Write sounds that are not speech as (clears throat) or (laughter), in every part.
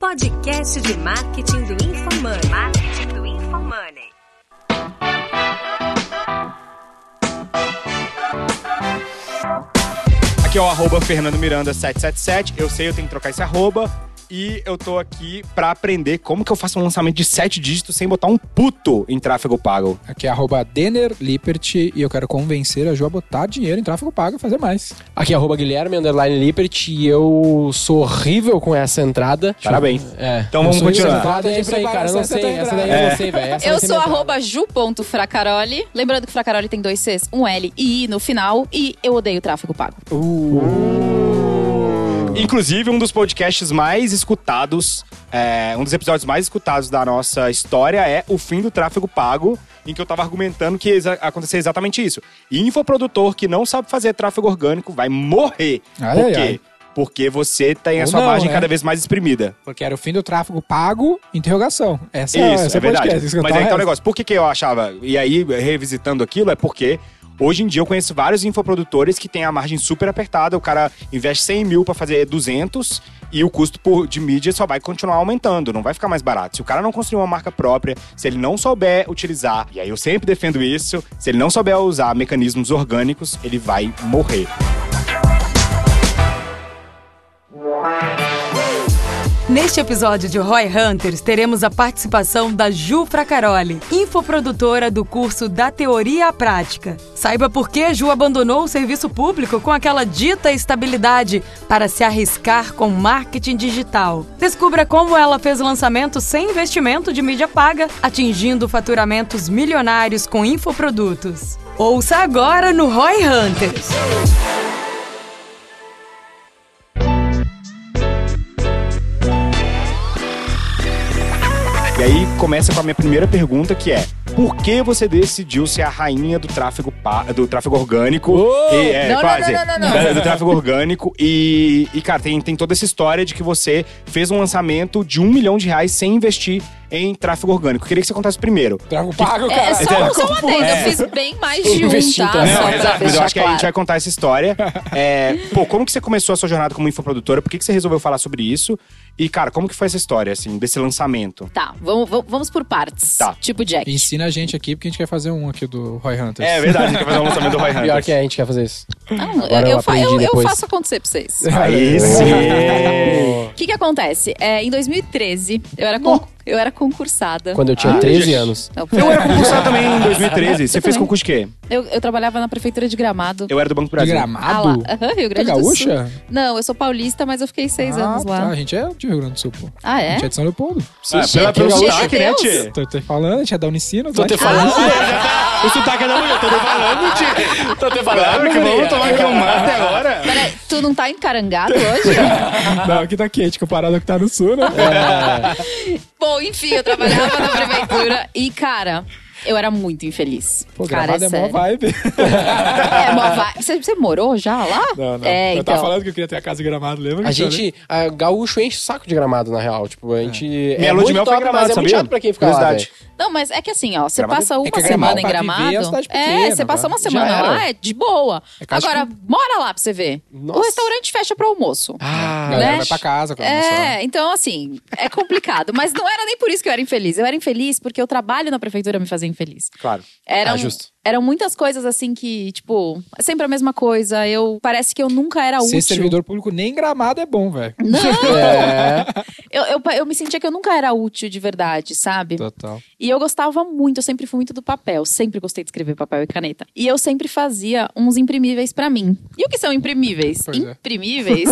podcast de marketing do InfoMoney. Marketing do InfoMoney. Aqui é o arroba Fernando Miranda 777. Eu sei, eu tenho que trocar esse arroba. E eu tô aqui pra aprender como que eu faço um lançamento de 7 dígitos sem botar um puto em tráfego pago. Aqui é arroba Denner Lippert e eu quero convencer a Ju a botar dinheiro em tráfego pago e fazer mais. Aqui é arroba Guilherme, underline Lippert, e eu sou horrível com essa entrada. Parabéns. É. Então vamos Eu sou horrível com continuar. essa entrada, é isso aí, cara. Eu não sei. Essa daí eu não sei, velho. Essa vai Eu ser sou minha arroba ju.fracaroli. Lembrando que Fracaroli tem dois Cs, um L e I no final. E eu odeio tráfego pago. Inclusive, um dos podcasts mais escutados, é, um dos episódios mais escutados da nossa história é O Fim do Tráfego Pago, em que eu tava argumentando que exa- acontecia exatamente isso. Infoprodutor que não sabe fazer tráfego orgânico vai morrer. Ai, Por ai, quê? ai. Porque você tem a Ou sua não, margem né? cada vez mais exprimida. Porque era o fim do tráfego pago, interrogação. Essa, Isso, essa é verdade. podcast, isso que eu Mas tava aí tá o reto. negócio. Por que, que eu achava? E aí, revisitando aquilo, é porque hoje em dia eu conheço vários infoprodutores que têm a margem super apertada. O cara investe 100 mil pra fazer 200 e o custo por, de mídia só vai continuar aumentando, não vai ficar mais barato. Se o cara não construir uma marca própria, se ele não souber utilizar, e aí eu sempre defendo isso, se ele não souber usar mecanismos orgânicos, ele vai morrer. Neste episódio de Roy Hunters, teremos a participação da Ju Fracaroli, infoprodutora do curso Da Teoria à Prática. Saiba por que a Ju abandonou o serviço público com aquela dita estabilidade para se arriscar com marketing digital. Descubra como ela fez lançamento sem investimento de mídia paga, atingindo faturamentos milionários com infoprodutos. Ouça agora no Roy Hunters. E aí começa com a minha primeira pergunta, que é: por que você decidiu ser a rainha do tráfego, pa- do tráfego orgânico? E, é, Não, não, quase. não, não, não, Do tráfego orgânico. E, e, cara, tem, tem toda essa história de que você fez um lançamento de um milhão de reais sem investir em tráfego orgânico. Eu queria que você contasse primeiro. Tráfego pago, É, é cara. só, Entendeu? só um adendo. É. então. Eu fiz bem mais de um, Investir, tá? tá? Só Não, pra exato, mas eu deixar acho que a gente claro. vai contar essa história. É, pô, como que você começou a sua jornada como infoprodutora? Por que, que você resolveu falar sobre isso? E, cara, como que foi essa história, assim, desse lançamento? Tá, vamos, vamos- vamos por partes. Tá. Tipo Jack. Ensina a gente aqui, porque a gente quer fazer um aqui do Roy Hunters. É verdade, a gente quer fazer um lançamento (laughs) do Roy Hunters. Pior que é, a gente quer fazer isso. Não, Agora Ah, eu, eu eu fa- eu- aprendi eu depois. faço acontecer pra vocês. Aí sim! O que que acontece? É, em 2013, eu era, con- eu era concursada. Quando eu tinha Ah, 13 gente. anos. Não, Eu (laughs) era concursado também em 2013. Você Eu fez também. concurso de quê? eu, eu trabalhava na prefeitura de Gramado. Eu era do Banco do De Brasil. Ah, lá. gramado? Aham, Rio Tu é Grande do Sul. gaúcha? Não, eu sou paulista, mas eu fiquei seis Ah, anos lá. tá, a gente é de Rio Grande do Sul, pô. Ah, A é? gente é de São Leopoldo. Ah, pela, chique, pelo meu sotaque, né, Deus. Tia? Tô te falando, a gente é da Ah, Unicino. Tô te Atlântico. falando. (laughs) O sotaque é da mulher, tô te (laughs) falando, Tia. Tô te Claro que vamos guria. tomar aqui um mate agora. Peraí, tu não tá encarangado hoje? Não, aqui tá quente, comparado ao que tá no Sul, né? É. Bom, enfim, eu trabalhava na prefeitura e, cara, eu era muito infeliz. Pô, cara, gramado é mó (laughs) sério. vibe. É, mó vai. Você, você morou já lá? Não, não. É, eu então. tava falando que eu queria ter a casa em gramado, lembra? A gente, a gaúcho enche o saco de gramado, na real. Tipo, a gente. É, Minha lua muito de mel foi top, em Gramado, mas é muito sabia? chato pra quem fica lá, Curiosidade. velho. Não, mas é que assim, ó, você Gramado- passa uma é que é semana em Gramado, pra viver, é uma Gramado. cidade pequena, você passa pra- uma já semana era. lá, é de boa. É que eu acho Agora, mora lá pra você ver. Nossa. O restaurante fecha pro almoço. Ah, Galera né? é, vai pra casa com a almoçada. É, então assim, é complicado. Mas não era nem por isso que eu era infeliz. Eu era infeliz porque o trabalho na prefeitura me fazia infeliz. Claro. Eram, Ah, justo. eram muitas coisas assim que, tipo, é sempre a mesma coisa. Eu parece que eu nunca era Ser útil. servidor público nem gramado é bom, velho. (laughs) Não, É. eu, eu, eu me sentia que eu nunca era útil de verdade, sabe? Total. E eu gostava muito, eu sempre fui muito do papel, sempre gostei de escrever papel e caneta. E eu sempre fazia uns imprimíveis pra mim. E o que são imprimíveis? Pois é. (laughs) Imprimíveis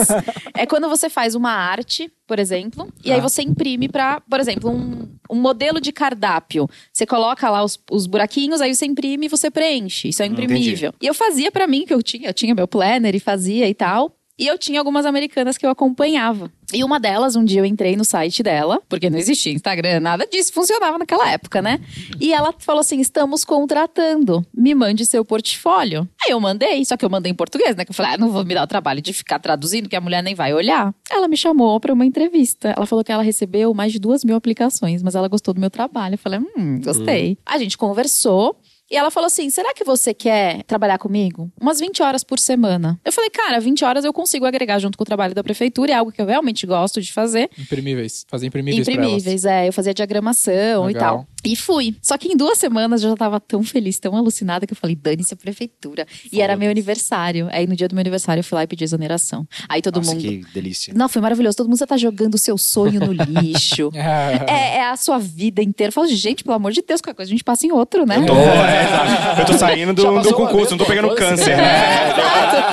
é quando você faz uma arte, por exemplo, e aí Ah. você imprime pra, por exemplo, um, um modelo de cardápio. Você coloca lá os, os buraquinhos, aí você imprime e você preenche. Hum, Isso é Entendi. imprimível. E eu fazia pra mim que eu tinha, eu tinha meu planner e fazia e tal. E eu tinha algumas americanas que eu acompanhava. E uma delas, um dia eu entrei no site dela, porque não existia Instagram, nada disso funcionava naquela época, né? E ela falou assim: estamos contratando, me mande seu portfólio. Aí eu mandei, só que eu mandei em português, né? Que eu falei: ah, não vou me dar o trabalho de ficar traduzindo, que a mulher nem vai olhar. Ela me chamou pra uma entrevista. Ela falou que ela recebeu mais de duas mil aplicações, mas ela gostou do meu trabalho. Eu falei: hum, gostei. A gente conversou. E ela falou assim: será que você quer trabalhar comigo? Umas 20 horas por semana. Eu falei, cara, 20 horas eu consigo agregar junto com o trabalho da prefeitura, é algo que eu realmente gosto de fazer. Imprimíveis. Fazer imprimíveis, (laughs) pra elas. Imprimíveis, é. Eu fazia diagramação e Legal. tal. E fui. Só que em duas semanas eu já tava tão feliz, tão alucinada, que eu falei, dane-se a prefeitura. E era meu aniversário. Aí no dia do meu aniversário eu fui lá e pedi exoneração. Aí todo Nossa, mundo. que delícia. Não, foi maravilhoso. Todo mundo já tá jogando o seu sonho no (laughs) lixo. Ah, É, é a sua vida inteira. Eu falo, gente, pelo amor de Deus, qualquer coisa a gente passa em outro, né? Eu tô, é, exato. eu tô saindo do, Já do passou uma concurso, vez, não tô pegando pô, é. câncer, foda-se. né? É,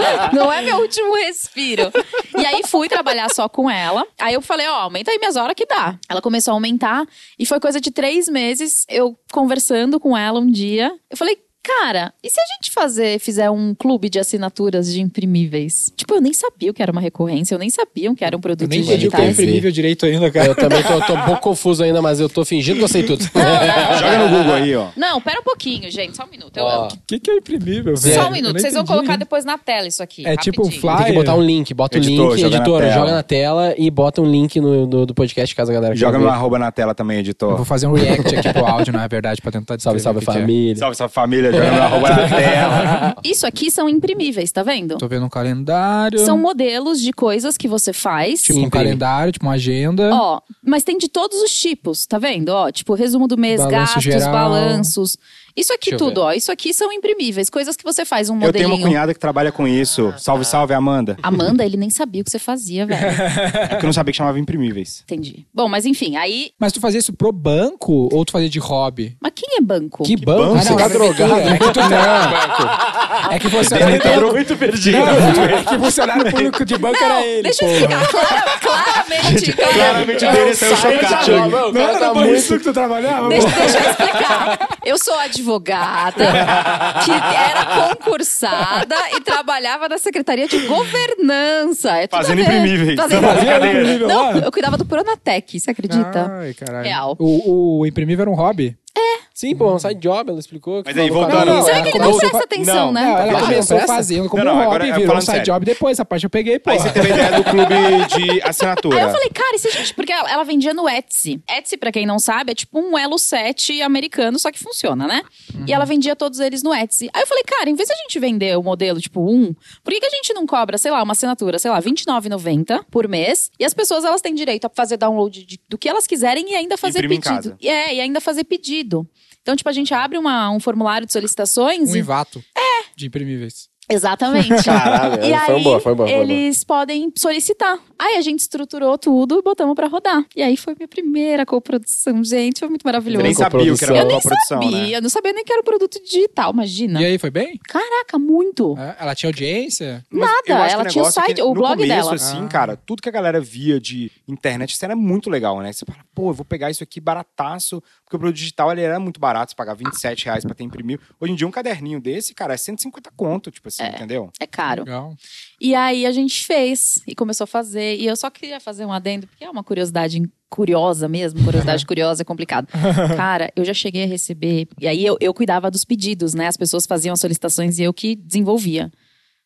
Exato. Não é meu último respiro. E aí fui trabalhar só com ela. Aí eu falei, ó, aumenta aí minhas horas que dá. Ela começou a aumentar e foi coisa de três meses eu conversando com ela um dia. Eu falei. Cara, e se a gente fazer, fizer um clube de assinaturas de imprimíveis? Tipo, eu nem sabia o que era uma recorrência, eu nem sabia o que era um eu produto nem entendi o que digital. é imprimível direito ainda, cara. Eu também tô, tô um pouco confuso ainda, mas eu tô fingindo que eu sei (laughs) tudo. (laughs) Joga no Google aí, ó. Não, pera um pouquinho, gente, só um minuto. Eu- Ó, O que, que é imprimível, velho? só Eu um minuto, não vocês vão entendi. colocar depois na tela isso aqui. É tipo um rapidinho. flyer. tem que botar um link, bota o Editor, link, joga na editora, tela. joga na tela e bota um link no, do, do podcast, caso a galera queira Joga ver. meu arroba na tela também, Eu vou editor. fazer um react aqui pro áudio, na verdade, pra tentar Salve, descrever salve o que que é. família. Salve, salve família, joga meu arroba na tela. (laughs) Isso aqui são imprimíveis, tá vendo? Tô vendo um calendário. São modelos de coisas que você faz. Tipo um Imprime. calendário, tipo uma agenda. Ó, mas tem de todos os tipos, tá vendo? Ó, tipo resumo do mês, Balanço gastos, geral. balanços. Isso aqui Deixa eu tudo, ver. ó. Isso aqui são imprimíveis, coisas que você faz um Eu tenho uma modelinho. cunhada que trabalha com isso. Salve, salve, Amanda. Amanda, ele nem sabia o que você fazia, velho. É porque eu não sabia que chamava imprimíveis. Entendi. Bom, mas enfim, aí. Mas tu fazia isso pro banco ou tu fazia de hobby? Mas quem é banco? Que banco? banco, você Ah, tá não, drogado. É que tu não. É que funcionário Ele então tá público. entrou muito perdido. É que funcionário público de banco Não, era é ele. deixa eu pô. explicar. Clara- claramente, cara. Claramente o Dene saiu Sai da chocado. nova, o cara tá muito- que tu Tá trabalhava? Deixa, deixa eu explicar. Eu sou advogada que era concursada e trabalhava na Secretaria de Governança. É tudo Fazendo a ver. imprimíveis. Fazendo Fazendo imprimíveis. imprimível, Não, eu cuidava do Pronatec, você acredita? Ai, caralho. Real. O, o imprimível era um hobby? Sim, pô, um side job, ela explicou. Mas aí, Não, não, voltando. não, Será ela que ele não começou- presta atenção, Não, né? Não, É, ela claro, começou presta. fazendo como Não, não, um agora hobby, eu virou um falando side sério. job depois. A parte eu peguei, pô. Aí você teve a ideia do clube de assinatura. Aí eu falei, cara, e se a gente. Porque ela ela vendia no Etsy. Etsy, pra quem não sabe, é tipo um Elo 7 americano, só que funciona, né? E ela vendia todos eles no Etsy. Aí eu falei, cara, em vez de a gente vender o modelo tipo um, por que, que a gente não cobra, sei lá, uma assinatura, sei lá, R$29,90 por mês? E as pessoas, elas têm direito a fazer download de- do que elas quiserem e ainda fazer Imprime em pedido. casa. E É, e ainda fazer pedido. Então, tipo, a gente abre uma- um formulário de solicitações Um e invato. De imprimíveis. Exatamente. Caralho, é, e aí, foi boa, foi boa, foi eles podem solicitar. Aí a gente estruturou tudo e botamos pra rodar. E aí foi minha primeira coprodução, gente. Foi muito Eu maravilhoso. nem sabia o que era Eu uma nem produção, né? Sabia, não sabia nem que era produto digital, imagina. E aí, foi bem? Caraca, muito. É, Ela tinha audiência? Mas Nada, eu acho que ela o tinha o negócio é que site- o no blog começo, dela. assim, Ah. cara, tudo que a galera via de internet, isso era muito legal, né? Você fala, pô, eu vou pegar isso aqui barataço, porque o produto digital ele era muito barato, você pagava 27 reais pra ter imprimir. Hoje em dia, um caderninho desse, cara, é 150 conto, tipo assim, entendeu? É caro. Legal. E aí a gente fez e começou a fazer. E eu só queria fazer um adendo, porque é uma curiosidade in- curiosa mesmo. (laughs) Curiosidade curiosa é complicado. Cara, eu já cheguei a receber. E aí eu, eu cuidava dos pedidos, né? As pessoas faziam as solicitações e eu que desenvolvia.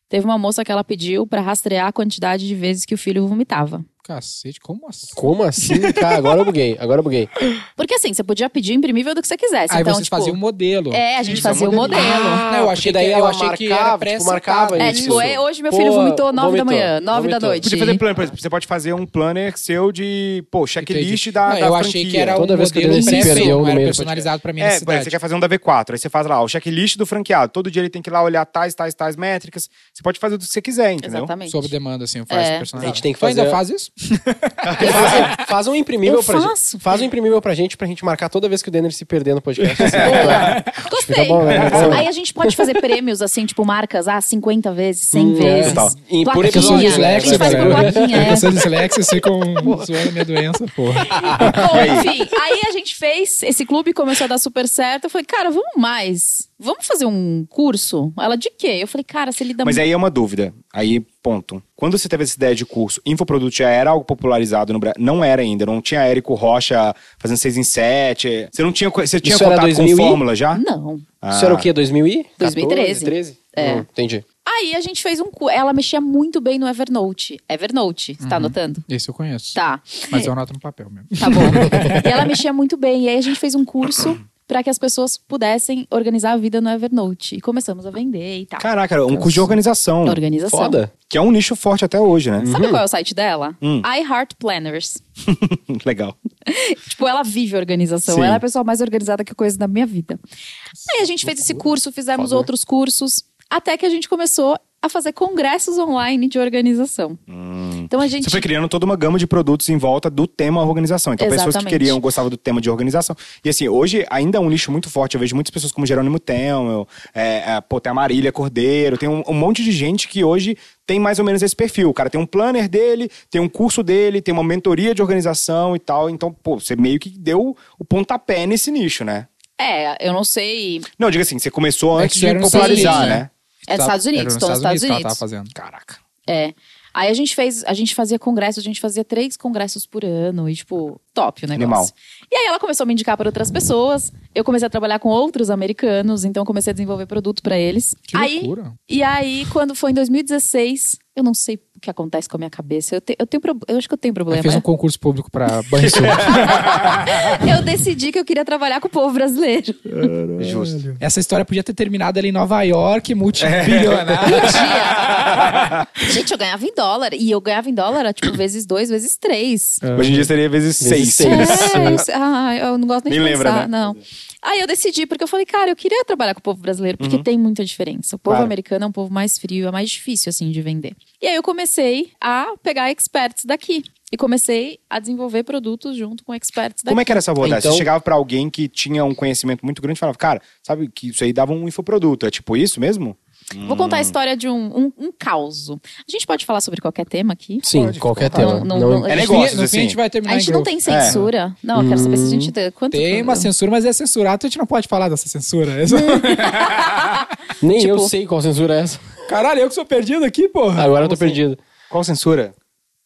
Teve uma moça que ela pediu pra rastrear a quantidade de vezes que o filho vomitava. Cacete, como assim? Como assim? Cara, agora eu buguei, agora eu buguei. Porque assim, você podia pedir imprimível do que você quisesse. Aí então, vocês tipo, faziam um modelo. Ah, É, a gente Isso, é um fazia o modelo. modelo. Não, eu achei Ah, porque daí que, eu ela achei que era marcava, tipo, pré-setado. Ah, marcava É, isso. tipo, é, hoje meu filho Pô, vomitou nove vomitou, da manhã, nove da vomitou. noite. Podia fazer plano, por exemplo, você pode fazer um planner seu de, pô, checklist da, Não, da eu franquia. achei que era Toda um vez que eu modelo dei esse pré-feito, perdão no era meio do personalizado pra minha É, por exemplo, necessidade. você quer fazer um da V4, aí você faz lá ó, o checklist do franqueado. Todo dia ele tem que ir lá olhar tais, tais, tais métricas. Você pode fazer o que você quiser, entendeu? Exatamente. Sob demanda, assim, faz É. personalizado. A gente tem que Tu ainda fazer- faz isso? Faz, faz um imprimível Eu pra faço. gente. Faz um imprimível pra gente, pra gente marcar toda vez que o Denner se perder no podcast. (laughs) assim. Gostei. Fica bom, né? Fica bom. Aí a gente pode fazer prêmios, assim, tipo marcas, ah, 50 vezes, Hum, 100 vezes. total. E por Plaquinha. Eu sou é. episódio, né? A dislexo, gente faz por cara. plaquinha, é. Eu sou dislexo e sei (laughs) como zoando minha doença, porra. Bom, (laughs) enfim, aí a gente fez, esse clube começou a dar super certo. Eu falei, cara, vamos mais. Vamos fazer um curso? Ela, de quê? Eu falei, cara, você lida Mas muito. aí é uma dúvida. Aí, ponto. Quando você teve essa ideia de curso, infoproduto já era algo popularizado no Brasil? Não era ainda. Não tinha Érico Rocha fazendo 6 em 7. Você não tinha, co- você tinha Isso era contato 2000 e- com fórmula tá. já? Não. Isso era o quê? 2000 e? 2013. 13? É. Hum, entendi. Aí a gente fez um curso. Ela mexia muito bem no Evernote. Evernote, você tá Uhum. anotando? Esse eu conheço. Tá. Mas eu anoto no papel mesmo. Tá bom. e ela mexia muito bem. E aí a gente fez um curso para que as pessoas pudessem organizar a vida no Evernote. E começamos a vender e tal. Caraca, era um curso de organização, Organização. Foda. que é um nicho forte até hoje, né? Sabe qual é o site dela? Hum. I Heart Planners. Uhum. (laughs) Legal. Tipo, ela vive organização. Sim. Ela é a pessoa mais organizada que eu conheço da minha vida. Aí a gente fez esse curso, fizemos Foda. outros cursos, até que a gente começou a fazer congressos online de organização. Então a gente. Você foi criando toda uma gama de produtos em volta do tema organização. Então, pessoas que Exatamente. queriam, gostavam do tema de organização. E assim, hoje ainda é um nicho muito forte. Eu vejo muitas pessoas como Jerônimo Telmo, é, é, pô, tem a Marília Cordeiro, tem um, um monte de gente que hoje tem mais ou menos esse perfil. O cara tem um planner dele, tem um curso dele, tem uma mentoria de organização e tal. Então, pô, você meio que deu o pontapé nesse nicho, né? É, eu não sei. Não, diga assim, você começou É antes que de era nos popularizar, Estados né? Unidos, né? É dos Estados Unidos, Era estou nos Estados que ela Unidos. tava fazendo. Caraca. É. Aí a gente fez, a gente fazia congressos, a gente fazia três congressos por ano e, tipo, top o negócio. Animal. E aí ela começou a me indicar para outras pessoas. Eu comecei a trabalhar com outros americanos, então eu comecei a desenvolver produto para eles. Que aí loucura. E aí, quando foi em 2016, eu não sei o que acontece com a minha cabeça. Eu, te- eu tenho pro- eu acho que eu tenho Ela problema. fez um concurso público pra (laughs) banho-sol. (laughs) Eu decidi que eu queria trabalhar com o povo brasileiro. Justo. Essa história podia ter terminado ali em Nova York, multibilionária. Gente, eu ganhava em dólar. E eu ganhava em dólar, era, tipo, vezes dois, vezes três. Hoje em dia seria vezes, seis. Vezes seis. É, isso- ah, eu não gosto nem, Nem de lembra, pensar, né? não. Aí eu decidi, porque eu falei, cara, eu queria trabalhar com o povo brasileiro, porque tem muita diferença. O povo Uhum. Claro. americano é um povo mais frio, é mais difícil, assim, de vender. E aí eu comecei a pegar experts daqui. E comecei a desenvolver produtos junto com experts daqui. Como é que era essa abordagem? Então- Você chegava pra alguém que tinha um conhecimento muito grande e falava, cara, sabe que isso aí dava um infoproduto. É tipo isso mesmo? Vou contar a história de um, um, um caos. A gente pode falar sobre qualquer tema aqui? Sim, Pode, qualquer fica à tema. vontade. Não- não- É No No negócios, fim, a assim. gente vai terminar A gente em não grupo. tem censura. Não, eu quero saber se a gente tem. Quanto Tem uma censura, mas é censurado. Então a gente não pode falar dessa censura. (laughs) É só- Nem Tipo- eu sei qual censura é (laughs) essa. Caralho, eu que sou perdido aqui, porra. Agora eu tô perdido. Qual censura?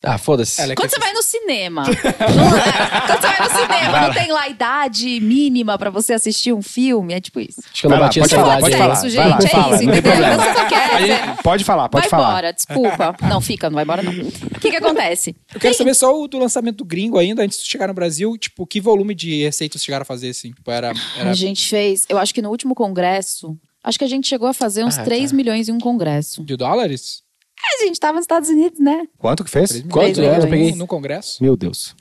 Ah, foda-se. Ela é Quando você vai no cinema. não é? Quando você vai no cinema, não tem lá a idade mínima pra você assistir um filme. É tipo isso. Acho que eu não Vai lá, bati pode essa falar, idade. pode Sexo, falar. gente. Vai lá, é fala. isso, não tem entendeu? problema. Você só quer. ser- Pode falar, pode vai falar. embora, desculpa. Não, fica, não vai embora, não. O que, que acontece? Eu quero saber só o do lançamento do gringo ainda, antes de chegar no Brasil, tipo, que volume de receitas chegaram a fazer, assim? Tipo, era. era... A gente fez, eu acho que no último congresso, acho que a gente chegou a fazer uns Ah, 3 milhões em um congresso. De dólares? Mas a gente tava nos Estados Unidos, né? Quanto que fez? Quanto? Três É, eu milhões. peguei. No congresso? Meu Deus.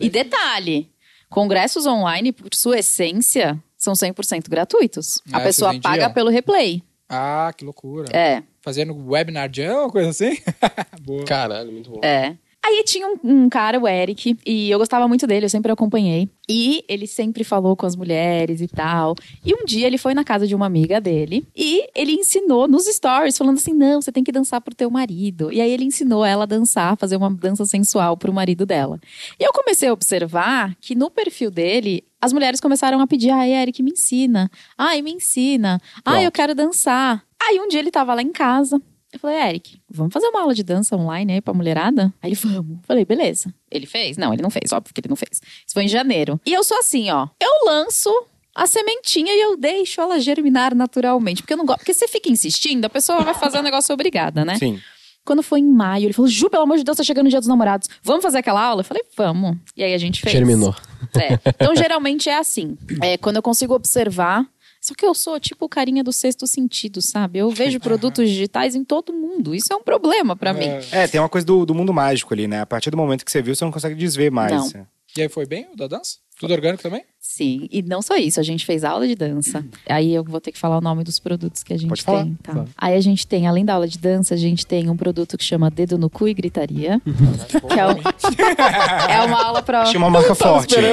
E detalhe, congressos online, por sua essência, são 100% gratuitos. Ah, a pessoa vocês vendiam? paga pelo replay. Ah, que loucura. É, Fazendo webinar jam, uma coisa assim? (laughs) Boa. Caralho, muito bom. é. Aí tinha um, um cara, o Eric, e eu gostava muito dele, eu sempre acompanhei. E ele sempre falou com as mulheres e tal. E um dia ele foi na casa de uma amiga dele e ele ensinou nos stories, falando assim: não, você tem que dançar pro teu marido. E aí ele ensinou ela a dançar, fazer uma dança sensual pro marido dela. E eu comecei a observar que no perfil dele, as mulheres começaram a pedir: ai, Eric, me ensina. Ai, me ensina. Ai, eu quero dançar. Aí um dia ele tava lá em casa. Eu falei, Eric, vamos fazer uma aula de dança online aí pra mulherada? Aí ele, vamos. Eu Falei, beleza. Ele fez? Não, ele não fez, óbvio que ele não fez. Isso foi em janeiro. E eu sou assim, ó. Eu lanço a sementinha e eu deixo ela germinar naturalmente. Porque eu não gosto. Porque você fica insistindo, a pessoa vai fazer um negócio obrigada, né? Sim. Quando foi em maio, ele falou: Ju, pelo amor de Deus, tá chegando o dia dos namorados. Vamos fazer aquela aula? Eu falei, vamos. E aí a gente fez. Terminou. É. Então, geralmente é assim. É, quando eu consigo observar. Só que eu sou tipo o carinha do sexto sentido, sabe? Eu vejo produtos digitais em todo mundo. Isso é um problema pra mim. É, tem uma coisa do, do mundo mágico ali, né? A partir do momento que você viu, você não consegue desver mais. E aí foi bem o da dança? Tudo orgânico também? Sim. E não só isso, a gente fez aula de dança. Aí eu vou ter que falar o nome dos produtos que a gente Pode falar, tem. Tá. Aí a gente tem, além da aula de dança, a gente tem um produto que chama Dedo no Cu e Gritaria. que é, um- (laughs) é uma aula pra. Achei Uhum. uma marca forte. (laughs)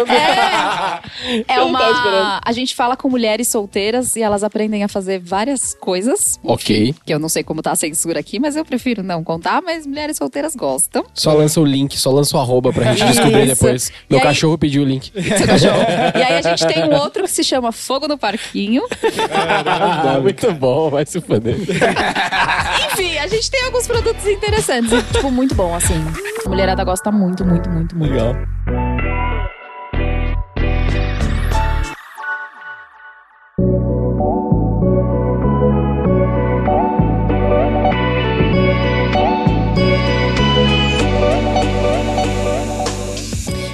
É, é uma. A gente fala com mulheres solteiras e elas aprendem a fazer várias coisas. Ok. Que eu não sei como tá a censura aqui, mas eu prefiro não contar, mas mulheres (laughs) solteiras gostam. Só lança o link, só lança o arroba pra gente descobrir (laughs) Isso. depois. E Meu aí- cachorro pediu o link. (laughs) Seu cachorro. tá e aí a gente tem um outro que se chama Fogo no Parquinho. muito bom, vai se foder. Enfim, a gente tem alguns produtos interessantes. e, tipo, muito bom, assim. A mulherada gosta muito, muito, muito, muito. Legal.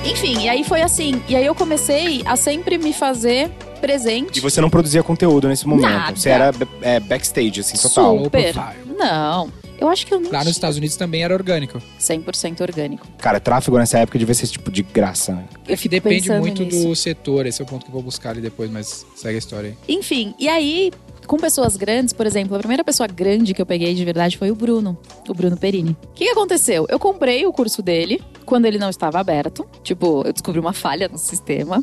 Enfim, e aí foi assim. E aí eu comecei a sempre me fazer presente. E você não produzia conteúdo nesse momento. Nada. Você era é, backstage, assim, total. Super. Low profile. Não. Eu acho que eu não Lá nos tinha Estados Unidos também era orgânico. 100% orgânico. Cara, tráfego nessa época devia ser tipo de graça. né? Eu fico É Depende pensando muito nisso. do setor, esse é o ponto que eu vou buscar ali depois, mas segue a história aí. Enfim, e aí, com pessoas grandes, por exemplo, a primeira pessoa grande que eu peguei de verdade foi o Bruno, o Bruno Perini. O que, que aconteceu? Eu comprei o curso dele quando ele não estava aberto. Tipo, eu descobri uma falha no sistema.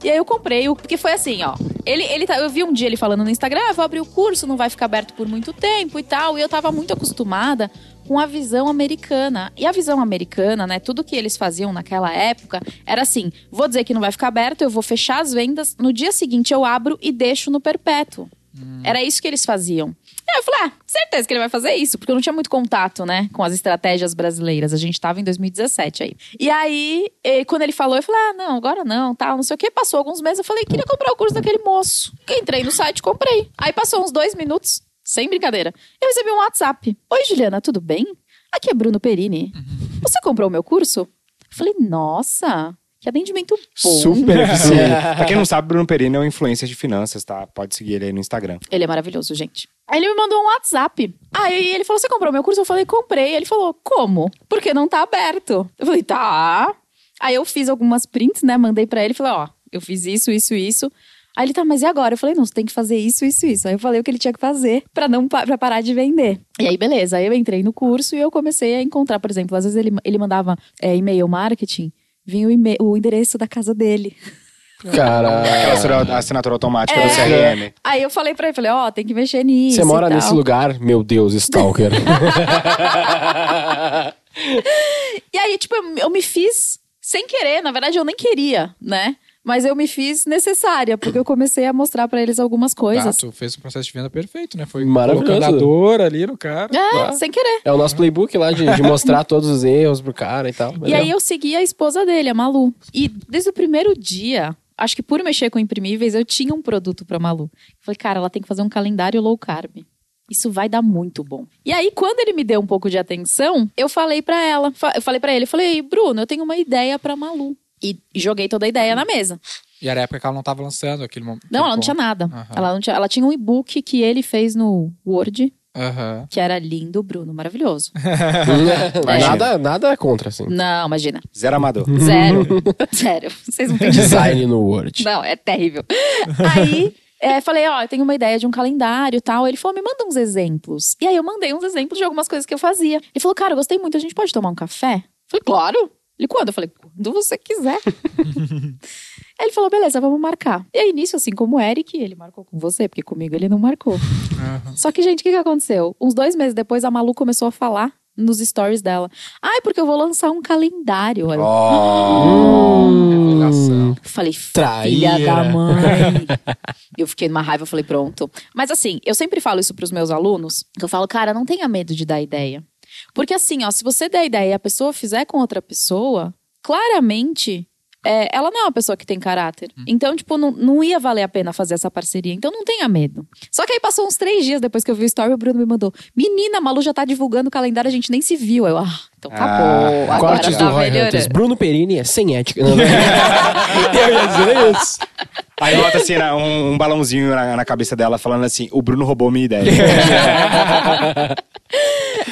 E aí eu comprei, o- porque foi assim, ó. Ele, ele tá- eu vi um dia ele falando no Instagram, ah, vou abrir o curso, não vai ficar aberto por muito tempo e tal. E eu tava muito acostumada com a visão americana. E a visão americana, né, tudo que eles faziam naquela época era assim, vou dizer que não vai ficar aberto, eu vou fechar as vendas, no dia seguinte eu abro e deixo no perpétuo. Era isso que eles faziam. E aí eu falei, ah, certeza que ele vai fazer isso, porque eu não tinha muito contato, né, com as estratégias brasileiras. A gente tava em 2017 aí. E aí, eh, quando ele falou, eu falei, ah, não, agora não, tal, não sei o quê. Passou alguns meses, eu falei, queria comprar o curso daquele moço. Entrei no site, comprei. Aí passou uns dois minutos, sem brincadeira, eu recebi um WhatsApp. Oi, Juliana, tudo bem? Aqui é Bruno Perini. Você comprou o meu curso? Eu falei, nossa, que atendimento bom. (laughs) Super eficiente. pra quem não sabe, Bruno Perini é um influencer de finanças, tá? Pode seguir ele aí no Instagram. Ele é maravilhoso, gente. Aí ele me mandou um WhatsApp. Aí ele falou: Você comprou meu curso? Eu falei: Comprei. Ele falou: Como? Porque não tá aberto. Eu falei: Tá. Aí eu fiz algumas prints, né? Mandei pra ele. Falei: Ó, eu fiz isso, isso, isso. Aí ele tá, mas e agora? Eu falei, não, você tem que fazer isso, isso, isso. Aí eu falei o que ele tinha que fazer pra não pa- pra parar de vender. E aí, beleza. Aí eu entrei no curso e eu comecei a encontrar, por exemplo, às vezes ele, ele mandava é, e-mail marketing, vinha o, e-mail- o endereço da casa dele. Aquela Cara, assinatura- assinatura automática É. do CRM. Aí eu falei pra ele, falei, ó, tem que mexer nisso. você e mora tal. nesse lugar? Meu Deus, (laughs) Stalker. E aí, tipo, eu, eu me fiz sem querer, na verdade eu nem queria, né? Mas eu me fiz necessária, porque eu comecei a mostrar pra eles algumas Tá, coisas. tu fez um processo de venda perfeito, né? Foi Maravilhoso. colocando a dor ali no cara. É, tá. sem querer. é o nosso playbook lá de, de mostrar todos os erros pro cara e tal. E aí eu segui a esposa dele, a Malu. E desde o primeiro dia, acho que por mexer com imprimíveis, eu tinha um produto pra Malu. Falei, cara, ela tem que fazer um calendário low carb. Isso vai dar muito bom. E aí, quando ele me deu um pouco de atenção, eu falei pra ela, fa- eu falei pra ele, eu falei, Bruno, eu tenho uma ideia pra Malu. E joguei toda a ideia na mesa. E era a época que ela não tava lançando aquele momento. Não, ela não tinha nada. Tipo Aham. Ela, não tinha, ela tinha um e-book que ele fez no Word, Aham. que era lindo, Bruno, maravilhoso. eu... é. nada, nada contra, assim. Não, imagina. Zero amador. Zero. Sério. Vocês não têm noção. Design no Word. Não, é terrível. (laughs) Aí, é, falei, ó, eu tenho uma ideia de um calendário e tal. Ele falou, me manda uns exemplos. E aí eu mandei uns exemplos de algumas coisas que eu fazia. Ele falou, cara, eu gostei muito, a gente pode tomar um café? Eu falei, claro. Ele, quando? Eu falei, quando você quiser. Aí ele falou, beleza, vamos marcar. E aí, nisso, assim como o Eric, ele marcou com você, porque comigo ele não marcou. Só que, gente, o que, que aconteceu? Uns dois meses depois, a Malu começou a falar nos stories dela. Ai, porque eu vou lançar um calendário. Aí eu Revelação. Falei, Traíra. filha da mãe. eu fiquei numa raiva, eu falei, pronto. Mas assim, eu sempre falo isso pros meus alunos, que eu falo, cara, não tenha medo de dar ideia. Porque assim, ó, se você der ideia e a pessoa fizer com outra pessoa, claramente, é, ela não é uma pessoa que tem caráter. Então, tipo, não, não ia valer a pena fazer essa parceria. Então, não tenha medo. Só que aí passou uns três dias depois que eu vi o story, o Bruno me mandou, menina, a Malu já tá divulgando o calendário, a gente nem se viu. Aí eu, ah, então tá Ah, bom. Agora Cortes tá do Roy melhorando. Hunters. Bruno Perini é sem ética. Não, não. (laughs) (laughs) eu ia dizer isso. Aí bota assim, na- um, um balãozinho na, na cabeça dela falando assim: o Bruno roubou minha ideia. (laughs)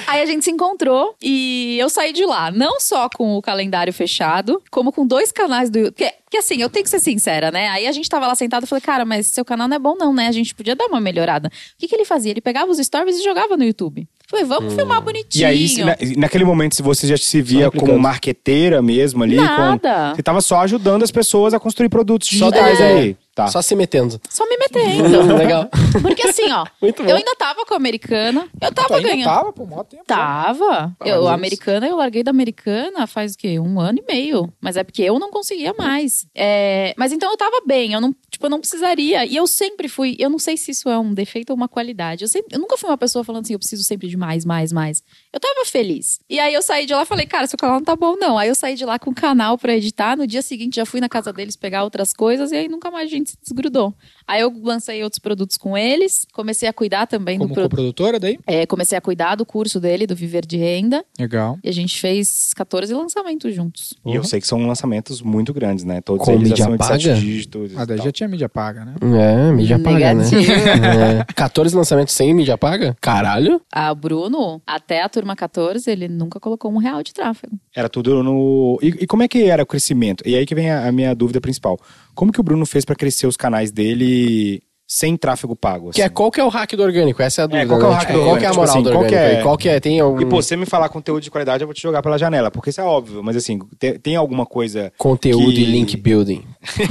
Aí a gente se encontrou e eu saí de lá, não só com o calendário fechado, como com dois canais do YouTube. Porque assim, eu tenho que ser sincera, né? Aí a gente tava lá sentado e falei, cara, mas seu canal não é bom, não, né? A gente podia dar uma melhorada. O que, que ele fazia? Ele pegava os stories e jogava no YouTube. Falei, vamos filmar bonitinho. e aí, né?" se na- naquele momento, se você já se Só via replicando. como marqueteira mesmo ali, com- Nada. você tava só ajudando as pessoas a construir produtos Só digitais dando- aí. Tá. Só se metendo. Só me metendo. Legal. Porque assim, ó, Muito bom. eu ainda tava com a americana, eu Tu tava tá, ainda ganhando. Tá, Tava, pô, mó tempo. né? Tava. Parabéns. Eu, a americana, eu larguei da americana faz o quê? Um ano e meio. Mas é porque eu não conseguia mais. É, mas então eu tava bem, eu não, tipo, eu não precisaria. E eu sempre fui, eu não sei se isso é um defeito ou uma qualidade. Eu, sempre, eu nunca fui uma pessoa falando assim, eu preciso sempre de mais, mais, mais. Eu tava feliz. E aí eu saí de lá e falei, cara, seu canal não tá bom, um não. Aí eu saí de lá com o canal pra editar. No dia seguinte já fui na casa deles pegar outras coisas e aí nunca mais a gente gente se desgrudou. Aí eu lancei outros produtos com eles, comecei a cuidar também Como do produto. coprodutora daí? É, comecei a cuidar do curso dele, do Viver de Renda. Legal. E a gente fez 14 lançamentos juntos. E eu sei que são lançamentos muito grandes, né? Todos Com eles mídia acima de sete Uhum. paga? dígitos. e Ah, daí Tá. tal. já tinha mídia paga, né? É, mídia paga, né? Negativo. (laughs) É. 14 lançamentos sem mídia paga? Caralho. Ah, o Bruno, até a turma 14, ele nunca colocou um real de tráfego. Era tudo no. E, e como é que era o crescimento? E aí que vem a, a minha dúvida principal. Como que o Bruno fez pra crescer os canais dele sem tráfego pago? Que é, assim? qual que é o hack do orgânico? Essa é a dúvida. qual que é o né? hack Tipo, do Qual que é a orgânico? moral Tipo do assim, qual orgânico? que é- aí? Qual que é? Tem algum E pô, você me falar conteúdo de qualidade, eu vou te jogar pela janela, porque isso é óbvio. Mas assim, tem, tem alguma coisa. conteúdo que- e link building?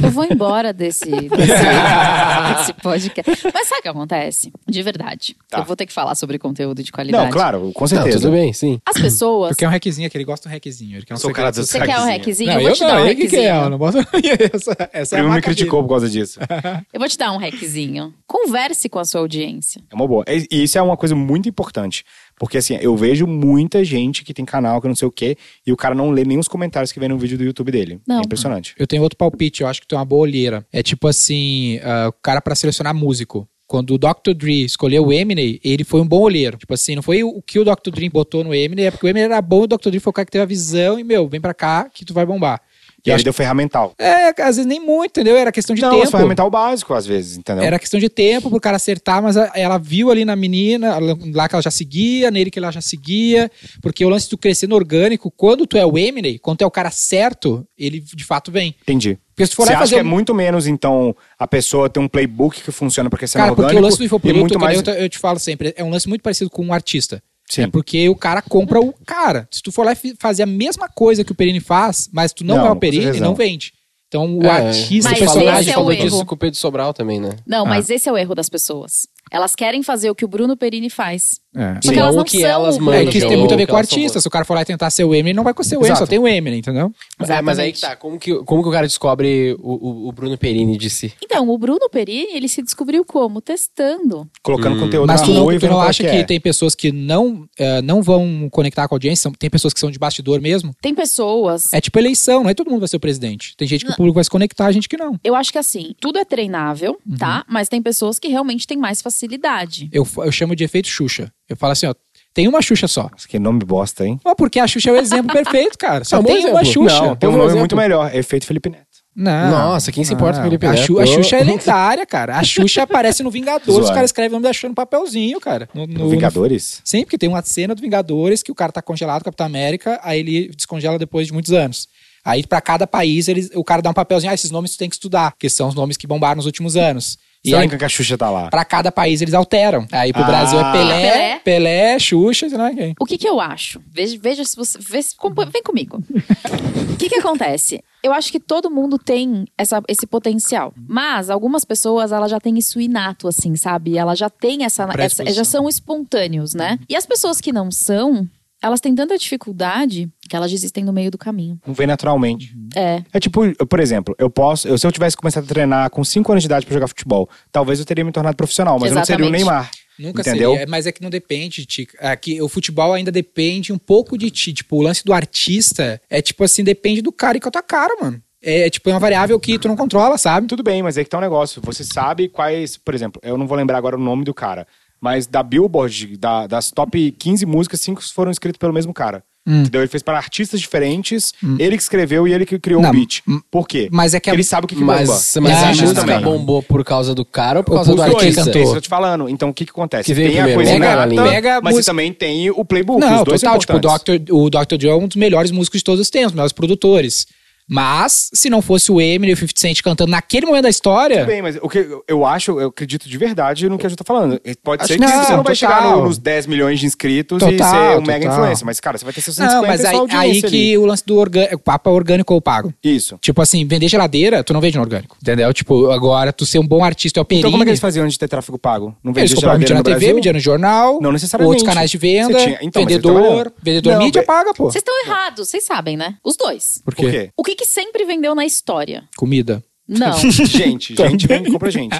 Eu vou (laughs) embora desse, desse, desse podcast. Mas sabe o que acontece? De verdade. Tá. Eu vou ter que falar sobre conteúdo de qualidade. Não, claro, com Não, certeza. tudo bem, sim. As pessoas. Porque é um hackzinho, que ele gosta de um hackzinho. Ele quer um Sou cara assim. segredo dos Você quer um hackzinho. hackzinho? Não, eu vou te dar um eu que hackzinho. quero, eu não posso. (laughs) essa O essa é a primo me marca dele. criticou por causa disso. né? Eu vou te dar um hackzinho. Converse com a sua audiência. É uma boa. E e isso é uma coisa muito importante. Porque assim, eu vejo muita gente que tem canal, que não sei o quê, e o cara não lê nem os comentários que vem no vídeo do YouTube dele. Não. É impressionante. Eu tenho outro palpite, eu acho que tem uma boa olheira. É tipo assim, ah, o cara pra selecionar músico. Quando o Dr. Dre escolheu o Eminem, ele foi um bom olheiro. Tipo assim, não foi o que o Dr. Dre botou no Eminem, é porque o Eminem era bom e o Dr. Dre foi o cara que teve a visão e, meu, vem pra cá que tu vai bombar. E Eu aí acho deu ferramental. É, às vezes nem muito, entendeu? Era questão de não, mas tempo. ferramental básico, às vezes, entendeu? Era questão de tempo pro cara acertar, mas a- ela viu ali na menina, ela- lá que ela já seguia, nele que ela já seguia. Porque o lance de tu crescer no orgânico, quando tu é o Eminem, quando tu é o cara certo, ele de fato vem. Entendi. Porque se tu for Você lá acha fazer que é um- muito menos, então, a pessoa tem um playbook que funciona pra crescer Cara, orgânico? porque o lance do e infoproduto, é muito que nem mais... eu, te- eu te falo sempre, é um lance muito parecido com um artista. Sim. É porque o cara compra o cara. Se tu for lá e fi- fazer a mesma coisa que o Perini faz, mas tu não, Não, é o com Perini, certeza não não. vende. Então o É, artista, Mas o você falou- esse personagem... você é o falou erro. disso com o Pedro Sobral também, né? Não, Ah. mas esse é o erro das pessoas. Elas querem fazer o que o Bruno Perini faz. É. Só que elas Não não que são elas o Bruno mandem, É que isso tem Perini. muito a ver Ou com o que elas são artista. boas. Se o cara for lá e tentar ser o Eminem, não vai ser o Eminem, só Exato. tem o Eminem, entendeu? É, mas aí que tá. Como que, como que o cara descobre o, o- o Bruno Perini de si? Então, o Bruno Perini, ele se descobriu como? Testando. Colocando conteúdo Mas na tu não, rua e tu vendo não qual acha que, é. tem pessoas que não, eh, não vão conectar com a audiência? São- Tem pessoas que são de bastidor mesmo? Tem pessoas. É tipo eleição, não é todo mundo vai ser o presidente. Tem gente que o público vai se conectar, gente que não. Eu acho que assim, tudo é treinável, tá? Mas tem pessoas que realmente têm mais facilidade. Eu, eu chamo de efeito Xuxa. Eu falo assim, ó, tem uma Xuxa só. Nossa, que nome bosta, hein? Ó, porque a Xuxa é o exemplo perfeito, cara. Só É um bom tem uma exemplo. Xuxa. Não, Tem um Então, por nome exemplo- muito melhor. Efeito Felipe Neto. Não. Nossa, quem se importa com o Felipe a, Xu- Neto? a Xuxa é lendária, cara. A Xuxa aparece (laughs) no Vingadores, os Zoado. caras escrevem o nome da Xuxa no papelzinho, cara. No, no- Vingadores? Sim, porque tem uma cena do Vingadores que o cara tá congelado, Capitão América, aí ele descongela depois de muitos anos. Aí pra cada país eles, o cara dá um papelzinho, ah, esses nomes tu tem que estudar, que são os nomes que bombaram nos últimos anos. E Será aí, que a Xuxa tá lá? pra cada país eles alteram. Aí pro Ah. Brasil é Pelé, Pelé. Pelé, Xuxa, sei lá quem. O que que eu acho? Veja, veja se você. vê se- compa- vem comigo. O que que acontece? Eu acho que todo mundo tem essa- esse potencial. Mas algumas pessoas, elas já têm isso inato, assim, sabe? Elas já têm essa. essa- Predisposição. já são espontâneos, né? E as pessoas que não são, elas têm tanta dificuldade que elas desistem no meio do caminho. Não vem naturalmente. É. É tipo, eu, por exemplo, eu posso. eu- se eu tivesse começado a treinar com 5 anos de idade pra jogar futebol, talvez eu teria me tornado profissional, mas eu não seria o Exatamente. Neymar. Nunca Entendeu? seria, mas é que não depende de ti. É que o futebol ainda depende um pouco de ti. Tipo, o lance do artista é tipo assim, depende do cara e com a tua cara, mano. É tipo, é uma variável que tu não controla, sabe? Tudo bem, mas é que tá um negócio. Você sabe quais. Por exemplo, eu não vou lembrar agora o nome do cara, mas da Billboard, da- das top 15 músicas, 5 foram escritas pelo mesmo cara. Entendeu? Ele fez para artistas diferentes, ele que escreveu e ele que criou Não, o beat. hum. Por quê? Mas é que Porque a- ele sabe o que, que Mas, bomba. mas Não, a não, música não. bombou por causa do cara ou por Ou causa por do dois, artista? É isso que eu cantor? te falando. Então, o que, que acontece? Que veio tem a primeiro, coisa né? inata, Pega- pega mas música- você também tem o playbook. Não, os dois são total. Tipo, o importantes. Dr. o Dr. Joe é um dos melhores músicos de todos os tempos, melhores produtores. Mas, se não fosse o Eminem e o 50 Cent cantando naquele momento da Tudo história. bem, mas o que eu- eu acho, eu acredito de verdade no que a gente tá falando. Pode Acho ser que que não, você não vai total. chegar no- nos 10 milhões de inscritos e Total, ser um total. mega influencer, mas cara, você vai ter seus 150 Não, mas e aí, sua aí audiência ali. que o lance do orgânico. O papo é orgânico ou pago. Isso. Tipo assim, vender geladeira, tu não vende no orgânico. Entendeu? Tipo, agora, tu ser um bom artista é o Perini. Então como é que eles faziam antes de ter tráfego pago? Não Eles vendia compravam mídia geladeira na no TV, Brasil? mídia no jornal, Não necessariamente. outros canais de venda, Você tinha- então, mas você vendedor, trabalhava. vendedor Não, mídia be- paga, pô. Vocês estão errados, vocês sabem, né? Os dois. Por Por quê? O que que sempre vendeu na história? Comida. (laughs) Não. Gente, gente vem e compra gente.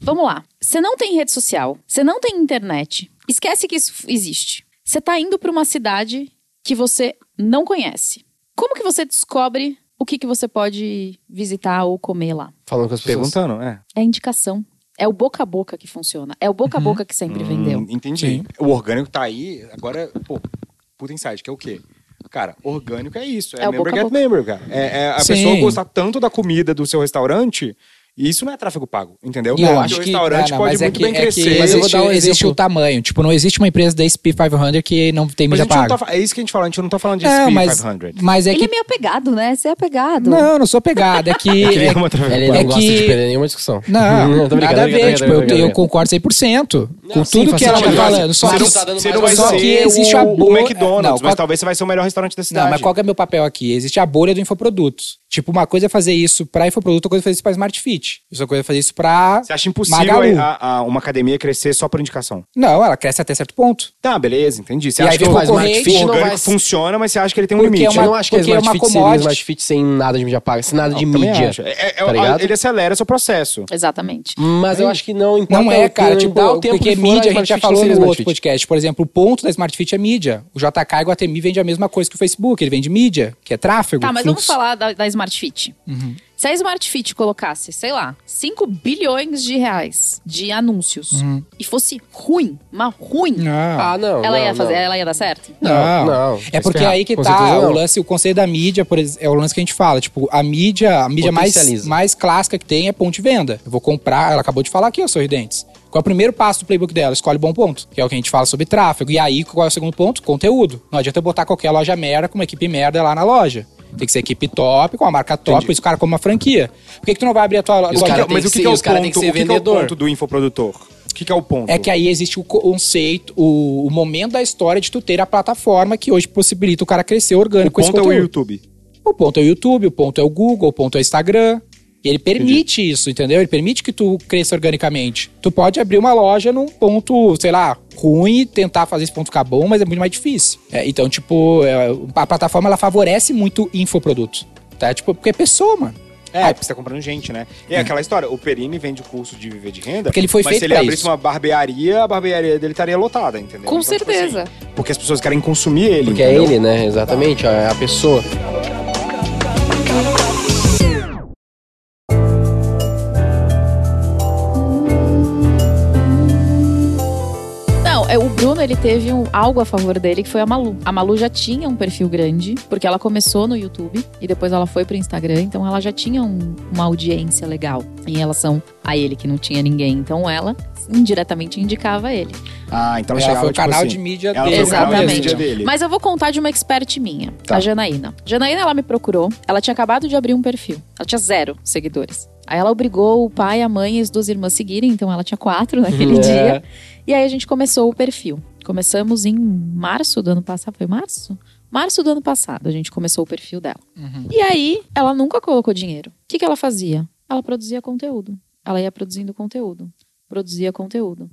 Vamos lá. Você não tem rede social, você não tem internet. Esquece que isso f- existe. Você tá indo pra uma cidade que você não conhece. Como que você descobre o o que, que você pode visitar ou comer lá. Falando com as pessoas. Perguntando, é. É indicação. É o boca a boca que funciona. É o boca a Uhum. boca que sempre vendeu. Hum, entendi. Sim. O orgânico tá aí, agora, pô, puta insight, que é o quê? Cara, orgânico é isso. É, É o member boca a get boca. member, cara. É, é a Sim. pessoa gostar tanto da comida do seu restaurante, e isso não é tráfego pago, entendeu? E eu Porque acho o que- um restaurante não, não, pode mas é muito que- bem é que crescer. Mas eu vou existe, dar um existe exemplo. o tamanho. Tipo, não existe uma empresa da SP 500 que não tem Mas a mídia gente não tá paga. fa- é isso que a gente fala, a gente não tá falando de É, SP mas, 500. mas é Ele que é meio apegado, né? Você é apegado. Não, não sou pegado. É (laughs) que. Eu queria é- uma tráfego Ele pago. não É gosta que- de perder nenhuma discussão. (laughs) Não, Tô brincando, nada a ver. brincadeira, Tipo, eu, eu brincadeira. concordo 100% com sim, tudo faz que ela tá sentido. falando. Só Você que, não tá dando Você pra não vai só ser que existe o, a o boa- McDonald's, Não, mas tá- qual- talvez você vai ser o melhor restaurante da cidade. Não, mas qual que é o meu papel aqui? Existe a bolha do infoprodutos. Tipo, uma coisa é fazer isso pra infoproduto, outra coisa é fazer isso pra Smart Fit. Outra coisa é fazer isso pra... Você acha impossível Ah. Magalu. a- a- uma academia crescer só por indicação? Não, ela cresce até certo ponto. Tá, beleza, entendi. Você E acha aí que vem o o concorrente, orgânico não vai- funciona, mas você acha que ele tem um Porque limite. é Eu uma- não acho que a porque é Smart uma Fit seria commodity. Smart Fit sem nada de mídia paga, sem nada de Eu também mídia. acho. É- é- tá ligado? ele acelera seu processo. Exatamente. Mas eu acho que não importa. Não é, cara. não Tipo, dá o tempo porque que for, mídia a gente Smart já Fit falou seria no Smart outro Fit. podcast. Por exemplo, o ponto da Smart Fit é mídia. O JK e o ATMI vende a mesma coisa que o Facebook. Ele vende mídia, que é tráfego, Tá, mas vamos fluxo. falar da, da Smart Fit. Uhum. Se a Smart Fit colocasse, sei lá, 5 bilhões de reais de anúncios e fosse ruim, mas ruim, Não. Ah, Uhum. não. ela não, ia fazer, não. ela ia dar certo? Não. não. É Vai porque ferrar. aí que Com tá certeza o não. lance, o conceito da mídia, por exemplo, é o lance que a gente fala. Tipo, a mídia, a mídia mais, Potencializa. mais clássica que tem é ponto de venda. Eu vou comprar, ela acabou de falar aqui, ó, Sorridentes. Qual é o primeiro passo do playbook dela? Escolhe bom ponto, que é o que a gente fala sobre tráfego. E aí, qual é o segundo ponto? Conteúdo. Não adianta eu botar qualquer loja merda com uma equipe merda lá na loja. Tem que ser equipe top, com a marca top, por isso o cara come uma franquia. Por que, que tu não vai abrir a tua Os loja? cara tem mas que o que, ser- que é o os cara tem que ponto? ser o que, que é o vendedor. ponto do infoprodutor? O que, que é o ponto? É que aí existe o conceito, o, o momento da história de tu ter a plataforma que hoje possibilita o cara crescer orgânico o com esse ponto é o conteúdo. YouTube. O ponto é o YouTube, o ponto é o Google, o ponto é o Instagram. E ele permite isso, entendeu? Ele permite que tu cresça organicamente. Tu pode abrir uma loja num ponto, sei lá, ruim, e tentar fazer esse ponto ficar bom, mas é muito mais difícil. É, então, tipo, é, a plataforma ela favorece muito infoproduto. Tá? Tipo, porque é pessoa, mano. É, Ah. porque você tá comprando gente, né? E é aquela história, o Perini vende o curso de viver de renda, Porque ele foi mas feito se ele pra abrisse isso. uma barbearia, a barbearia dele estaria lotada, entendeu? Com Então, tipo certeza. assim, porque as pessoas querem consumir ele, Porque é entendeu? ele, né? Exatamente, ó, é a pessoa. Não, é, o Bruno ele teve um- algo a favor dele que foi a Malu. A Malu já tinha um perfil grande, porque ela começou no YouTube e depois ela foi pro Instagram, então ela já tinha um- uma audiência legal em relação a ele, que não tinha ninguém. Então ela indiretamente indicava ele. Ah, então Ela chegava, foi o tipo canal assim, de mídia ela dele. foi o canal de Exatamente. mídia dele. Mas eu vou contar de uma expert minha, Tá. a Janaína. Janaína, ela me procurou, ela tinha acabado de abrir um perfil. Ela tinha zero seguidores. Aí ela obrigou o pai, a mãe e as duas irmãs seguirem, então ela tinha quatro (laughs) naquele Hum, É. dia. E aí a gente começou o perfil. Começamos em março do ano passado, foi março? Março do ano passado a gente começou o perfil dela. Uhum. E aí ela nunca colocou dinheiro. O que, que ela fazia? Ela produzia conteúdo. Ela ia produzindo conteúdo. Produzia conteúdo.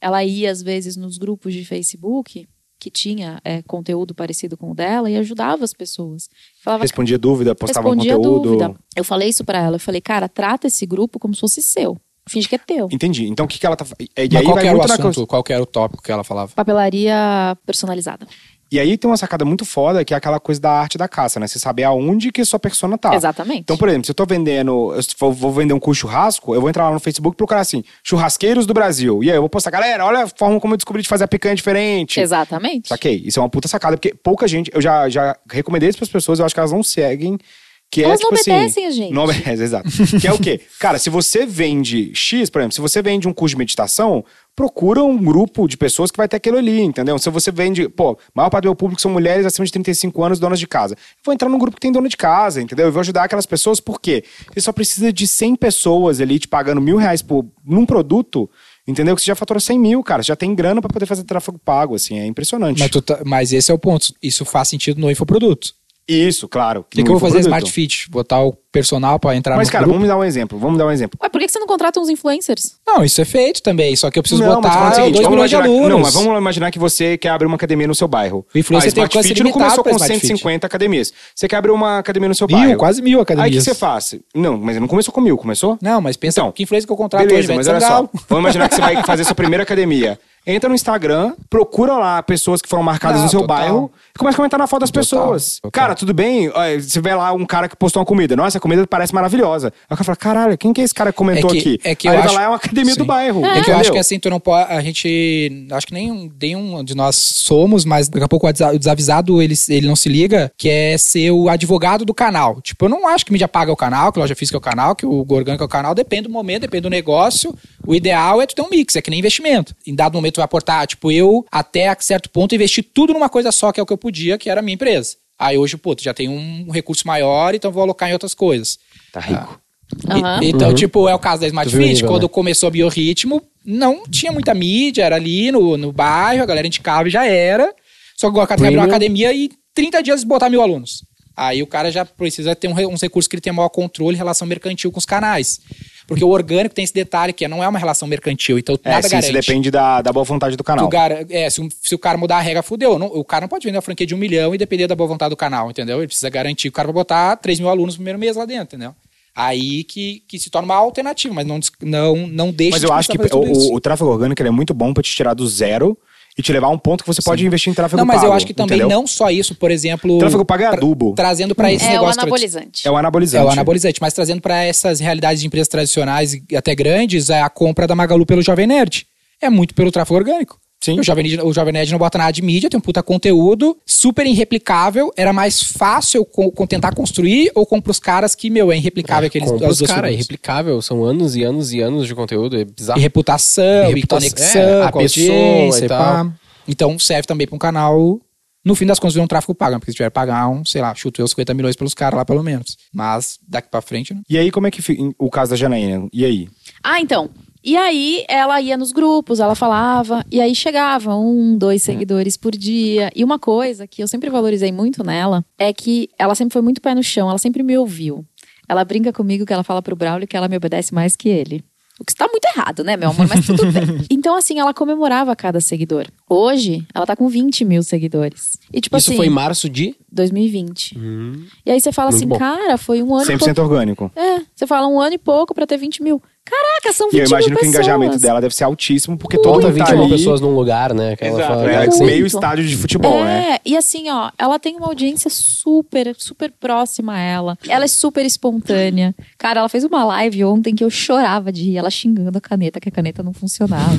Ela ia, às vezes, nos grupos de Facebook que tinha é, conteúdo parecido com o dela e ajudava as pessoas. Falava, Respondia dúvida, postava respondia conteúdo. dúvida. Eu falei isso pra ela. Eu falei, cara, trata esse grupo como se fosse seu. Finge que é teu. Entendi. Então o que, que ela tá. fa- E, e Mas aí qual que vai era o muito na assunto? Qual que era o tópico que ela falava? Papelaria personalizada. E aí tem uma sacada muito foda, que é aquela coisa da arte da caça, né? Você saber aonde que sua persona tá. Exatamente. Então, por exemplo, se eu tô vendendo, eu vou- vou vender um curso de churrasco, eu vou entrar lá no Facebook e procurar assim, churrasqueiros do Brasil. E aí eu vou postar, galera, olha a forma como eu descobri de fazer a picanha diferente. Exatamente. Saquei? Isso é uma puta sacada, porque pouca gente, eu já, já recomendei isso pras pessoas, eu acho que elas não seguem, que é Elas não tipo assim... obedecem a gente. Não obedece, exato. que (laughs) é o quê? Cara, se você vende X, por exemplo, se você vende um curso de meditação, procura um grupo de pessoas que vai ter aquilo ali, entendeu? Se você vende, pô, maior parte do meu público são mulheres acima de 35 anos, donas de casa. Eu vou entrar num grupo que tem dona de casa, entendeu? Eu vou ajudar aquelas pessoas, por quê? Você só precisa de 100 pessoas ali te pagando mil reais por, num produto, entendeu? Que você já fatura 100 mil, cara. Você já tem grana pra poder fazer tráfego pago, assim, é impressionante. Mas, tu tá- mas esse é o ponto. Isso faz sentido no infoproduto. Isso, claro. O que, que eu vou fazer Smart Fit? Botar o personal pra entrar Mas, no cara, grupo? vamos dar um exemplo. Vamos dar um exemplo. Ué, por que que você não contrata uns influencers? Não, isso é feito também. Só que eu preciso Não, mas tô falando o botar seguinte, 2 vamos milhões de imaginar- alunos. Não, mas vamos imaginar que você quer abrir uma academia no seu bairro. O influencer Ah, tem Smart alcance Fit não limitado começou pra com Smart Fit. 150 academias. Você quer abrir uma academia no seu Mil, bairro. quase mil Aí o que academias. você faz? Não, mas não começou com mil, começou? Não, mas pensa Então, que influencer que eu contrato hoje, Beleza, Ivete mas olha só. Sangalo. Vamos imaginar que você vai fazer sua primeira academia. entra no Instagram, procura lá pessoas que foram marcadas Ah, no seu total. bairro e começa a comentar na foto das pessoas. total. Cara, tudo bem? Ó, Você vê lá um cara que postou uma comida. Nossa, a comida parece maravilhosa. Aí o cara fala, caralho, quem que é esse cara que comentou É que- aqui? é que Aí eu ele vai acho- lá, é uma academia do Sim. bairro. É que eu acho entendeu? que assim, tu não pode. A gente. Acho que nenhum, nenhum um de nós somos, mas daqui a pouco o desa- o desavisado ele, ele não se liga, que é ser o advogado do canal. Tipo, eu não acho que mídia paga é o canal, que loja física é o canal, que o Gorgânico é o canal. Depende do momento, depende do negócio. O ideal é tu ter um mix, é que nem investimento. Em dado momento tu vai aportar, tipo, eu até a certo ponto investi tudo numa coisa só, que é o que eu podia, que era a minha empresa. Aí hoje, puto, já tem um recurso maior, então vou alocar em outras coisas. Tá rico. Aham. E- então, tipo, é o caso da Smart Uhum. Tu viu o Fit, nível, quando né? começou a Biorritmo, não tinha muita mídia, era ali no, no bairro, a galera indicava e já era. Só que agora o cara abriu uma Premium. academia e em 30 dias botar mil alunos. Aí o cara já precisa ter um re- uns recursos que ele tem maior controle em relação mercantil com os canais. Porque o orgânico tem esse detalhe que não é uma relação mercantil, então É, nada sim, isso garante. depende da, da boa vontade do Tu canal. gar- é, se, um- se o cara mudar a regra, fudeu. Não- o cara não pode vender uma franquia de um milhão e depender da boa vontade do canal, entendeu? Ele precisa garantir. O cara vai botar 3 mil alunos no primeiro mês lá dentro, entendeu? Aí que, que se torna uma alternativa, mas não, des- não, não deixa Mas de eu acho que começar a o, fazer tudo tá isso. o, o tráfego orgânico ele é muito bom pra te tirar do zero e te levar a um ponto que você pode investir em tráfego Não, mas pago. eu acho que também entendeu? não só isso, por exemplo. Tráfego pago é tra- adubo. Trazendo pra esse É o negócio. tra- anabolizante. É o anabolizante. É o anabolizante, mas trazendo pra essas realidades de empresas tradicionais e até grandes, é a compra da Magalu pelo Jovem Nerd. É muito pelo tráfego orgânico. Sim. O Jovem, Nerd, o Jovem Nerd não bota nada de mídia, tem um puta conteúdo, super irreplicável. Era mais fácil eu co- co- tentar construir ou compro os caras que, meu, é irreplicável aqueles Compra as os duas cara, é figuras. irreplicável. São anos e anos e anos de conteúdo. É E bizarro. reputação, e, Reputa- conexão, é, a com pessoa e audiência, e tal. pá. Então serve também pra um canal. No fim das contas, vira um tráfego pago, né? porque se tiver que pagar um, sei lá, chuto eu 50 milhões pelos caras lá, pelo menos. Mas daqui pra frente, né? E aí, como é que fica em- o caso da Janaína? E aí? Ah, então. E aí ela ia nos grupos, ela falava, e aí chegava um, dois É. seguidores por dia. E uma coisa que eu sempre valorizei muito nela é que ela sempre foi muito pé no chão, ela sempre me ouviu. Ela brinca comigo que ela fala pro Braulio que ela me obedece mais que ele. O que está muito errado, né, meu amor? Mas tudo (laughs) bem. Então, assim, ela comemorava cada seguidor. Hoje, ela tá com 20 mil seguidores. E, tipo Isso assim, foi em março de. 2020. E aí você fala Muito assim, bom. cara, foi um ano e 100% orgânico. é, você fala um ano e pouco pra ter 20 mil. Caraca, são 20 E mil eu imagino que o pessoas. engajamento dela deve ser altíssimo, porque todo Bota mundo tá 21 ali. pessoas num lugar, né? que ela Exato, fala, é, né, que Muito. meio estádio de futebol, é, né? e assim, ó, ela tem uma audiência super, super próxima a ela. Ela é super espontânea. Cara, ela fez uma live ontem que eu chorava de rir, ela xingando a caneta, que a caneta (laughs) não funcionava.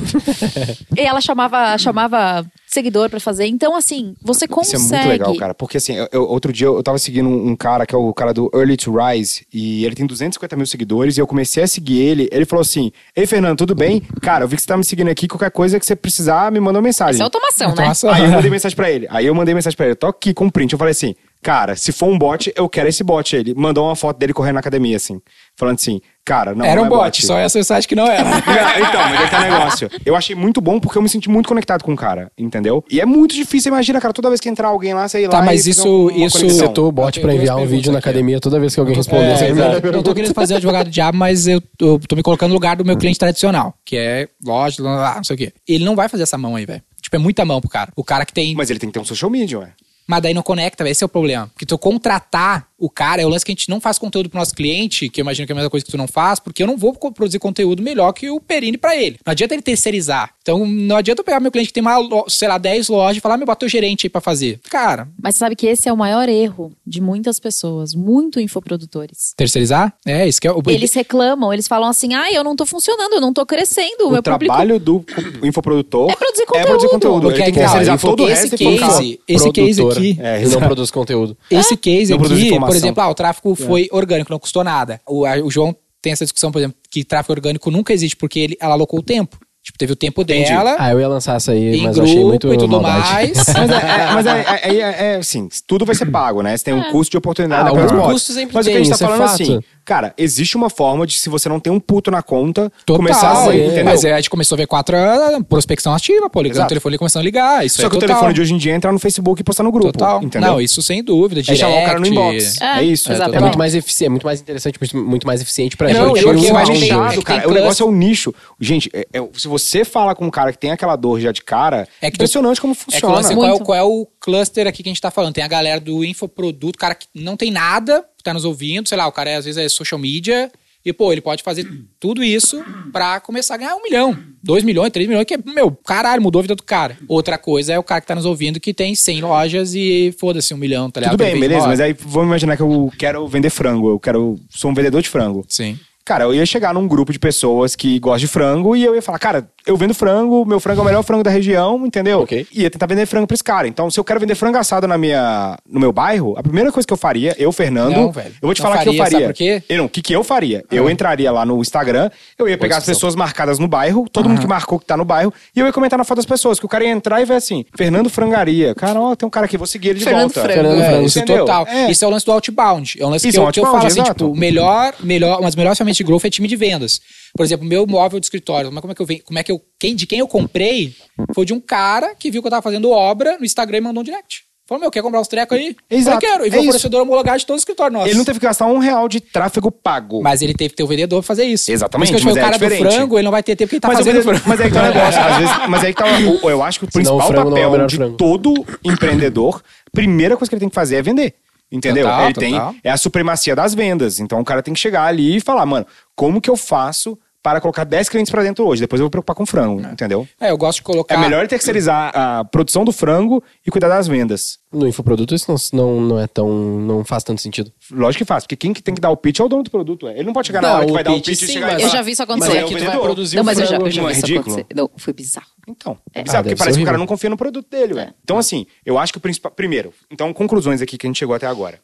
e ela chamava, chamava seguidor pra fazer. Então, assim, você consegue. Isso é muito legal, cara. Porque assim, eu- eu- outro dia eu tava seguindo um um cara que é o cara do Early to Rise e ele tem 250 mil seguidores e eu comecei a seguir ele. Ele falou assim: Ei, Fernando, tudo bem? Cara, eu vi que você tá me seguindo aqui. Qualquer coisa que você precisar, me manda uma mensagem. Isso é automação, né? Automação. Aí eu mandei mensagem pra ele. Aí eu mandei mensagem pra ele. Tô aqui com um print. Eu falei assim, cara, se for um bot, eu quero esse bot. Ele mandou uma foto dele correndo na academia, assim. Falando assim, cara, não, era não um é bot, só essa site que não (laughs) era. Não, então, mas é que é o negócio. Eu achei muito bom porque eu me senti muito conectado com o cara, entendeu? E é muito difícil, imagina, cara, toda vez que entrar alguém lá, sei lá. Tá, e mas fazer isso- uma isso- conexão. Então, Setou o bot eu pra tenho enviar duas um vídeo perguntas na aqui. academia toda vez que alguém responder. É, você exato. não tô querendo fazer advogado do diabo, mas eu, eu tô me colocando no lugar do meu cliente tradicional, que é loja, lá, lá, não sei o quê. Ele não vai fazer essa mão aí, velho. Tipo, é muita mão pro cara. O cara que tem. Mas ele tem que ter um social media, ué. Mas daí não conecta, véi, esse é o problema. Porque tu contratar o cara, é o lance que a gente não faz conteúdo pro nosso cliente, que eu imagino que é a mesma coisa que tu não faz, porque eu não vou co- produzir conteúdo melhor que o Perini pra ele. Não adianta ele terceirizar. Então não adianta eu pegar meu cliente que tem, uma, lo- sei lá, 10 lojas e falar, "Ah, meu, bota o gerente aí pra fazer. Cara, Mas sabe que esse é o maior erro de muitas pessoas, muito infoprodutores. terceirizar? É, isso que é o... Eles reclamam, eles falam assim: ah, eu não tô funcionando, eu não tô crescendo, o, O meu público. trabalho do co- infoprodutor É produzir é produzir conteúdo. conteúdo. Porque ele tem que aí tá, terceirizar ele todo o falou que resto esse e focar. case- esse case Produtora. aqui- É, exato. não produz conteúdo. Esse case Não produz aqui, por informação. É. exemplo, ah, o tráfego foi orgânico, não custou nada. O, a- o João tem essa discussão, por exemplo, que tráfego orgânico nunca existe porque ele, ela alocou o tempo. Tipo, teve o tempo dela, Ah, eu ia lançar essa aí, em mas grupo eu achei muito e tudo maldade. (laughs) mais. Mas, é, é- mas é, é- é- é, assim, tudo vai ser pago, né? Você tem É. um custo de oportunidade Ah, para os o bots. custo sempre Mas o que tem, a gente tá isso é falando é fato. assim, cara, existe uma forma de, se você não tem um puto na conta, Total, começar a ser, é. entendeu? Mas é, a gente começou a ver quatro anos, prospecção ativa, pô, ligando Exato. o telefone e começando a ligar. Isso Só é que total, o telefone de hoje em dia é entrar no Facebook e postar no grupo, total. entendeu? Não, isso sem dúvida. é Direct, chamar o cara no inbox. É, É, isso. exato. É Também. muito mais eficiente, muito mais interessante, muito- muito mais eficiente pra Não, gente. e olha que Tá. eu é mais acho que- nichado, é que cara. tem o negócio é clã- o nicho. Gente, é- é- se você fala com um cara que tem aquela dor já de cara, é É que- impressionante como É que funciona. o lance, qual, é, o- Muito. qual é o cluster aqui que a gente tá falando? Tem a galera do infoproduto, cara que não tem nada, tá nos ouvindo, sei lá, o cara é, às vezes é social media E, pô, ele pode fazer tudo isso pra começar a ganhar um milhão, dois milhões, três milhões, que é, meu, caralho, mudou a vida do cara. Outra coisa é o cara que tá nos ouvindo que tem 100 lojas e foda-se, um milhão, tá ligado? Tudo Ele bem, vende beleza, uma mas é hora. aí vamos imaginar que eu quero vender frango, eu quero sou um vendedor de frango. Sim. Cara, eu ia chegar num grupo de pessoas que gostam de frango e eu ia falar, cara, eu vendo frango, meu frango é o melhor frango da região, entendeu? Ok. E ia tentar vender frango pra esse cara. Então, se eu quero vender frango assado na minha, no meu bairro, a primeira coisa que eu faria, eu, Fernando, Não, velho. eu vou te Não falar o que eu faria, faria. sabe por quê? Ah. Eu não, o que, que eu faria? Eu entraria lá no Instagram, eu ia pegar as pessoas marcadas no bairro, todo mundo que marcou que tá no bairro, e eu ia comentar na foto das pessoas, que o cara ia entrar e ver assim, Fernando Frangaria. Cara, ó, tem um cara aqui, vou seguir ele de Fernando volta. Frango. Fernando É, Frango, isso entendeu? total. É. Isso é o lance do outbound. É um lance Isso, que, eu, é um que eu outbound, falo assim, exato. tipo, melhor, melhor, umas melhores ferramentas de growth é time de vendas. Por exemplo, meu móvel de escritório, mas como é que eu venho, como é que eu, quem, de quem eu comprei foi de um cara que viu que eu tava fazendo obra no Instagram e mandou um direct. Falou, meu, quer comprar uns trecos aí? Exato, Eu quero. E é vou isso. fornecedor homologado de todo o escritório nosso. Ele não teve que gastar um real de tráfego pago. Mas ele teve que ter o vendedor pra fazer isso. Exatamente, Por isso que eu mas é te falei, o cara do diferente. frango, ele não vai ter tempo porque ele tá mas, fazendo eu- frango. é. mas (laughs) aí que tá o negócio. Às vezes, mas aí que tá o, eu acho que o Senão o principal frango não é o papel melhor de frango. todo empreendedor, primeira coisa que ele tem que fazer é vender. Entendeu? Total, ele total. tem é a supremacia das vendas. Então o cara tem que chegar ali e falar, mano, como que eu faço para colocar 10 clientes pra dentro hoje? Depois eu vou preocupar com frango, entendeu? É, eu gosto de colocar... É melhor ele terceirizar a produção do frango e cuidar das vendas. No infoproduto isso não, não, não é tão. não faz tanto sentido. Lógico que faz, porque quem que tem que dar o pitch é o dono do produto. é. Ele não pode chegar na Não, hora que o vai dar o pitch, pitch e sim, chegar mas- e Eu falar, já vi isso "Mas acontecer é o aqui, tu vai vendedor." produzir Não, mas eu já, frango eu já não vi é isso ridículo? acontecer. Não, foi bizarro. Então, sabe? É. Ah, porque deve parece ser que o cara horrível. não confia no produto dele, velho. Então, assim, eu acho que o principal. Primeiro, então, conclusões aqui que a gente chegou até agora.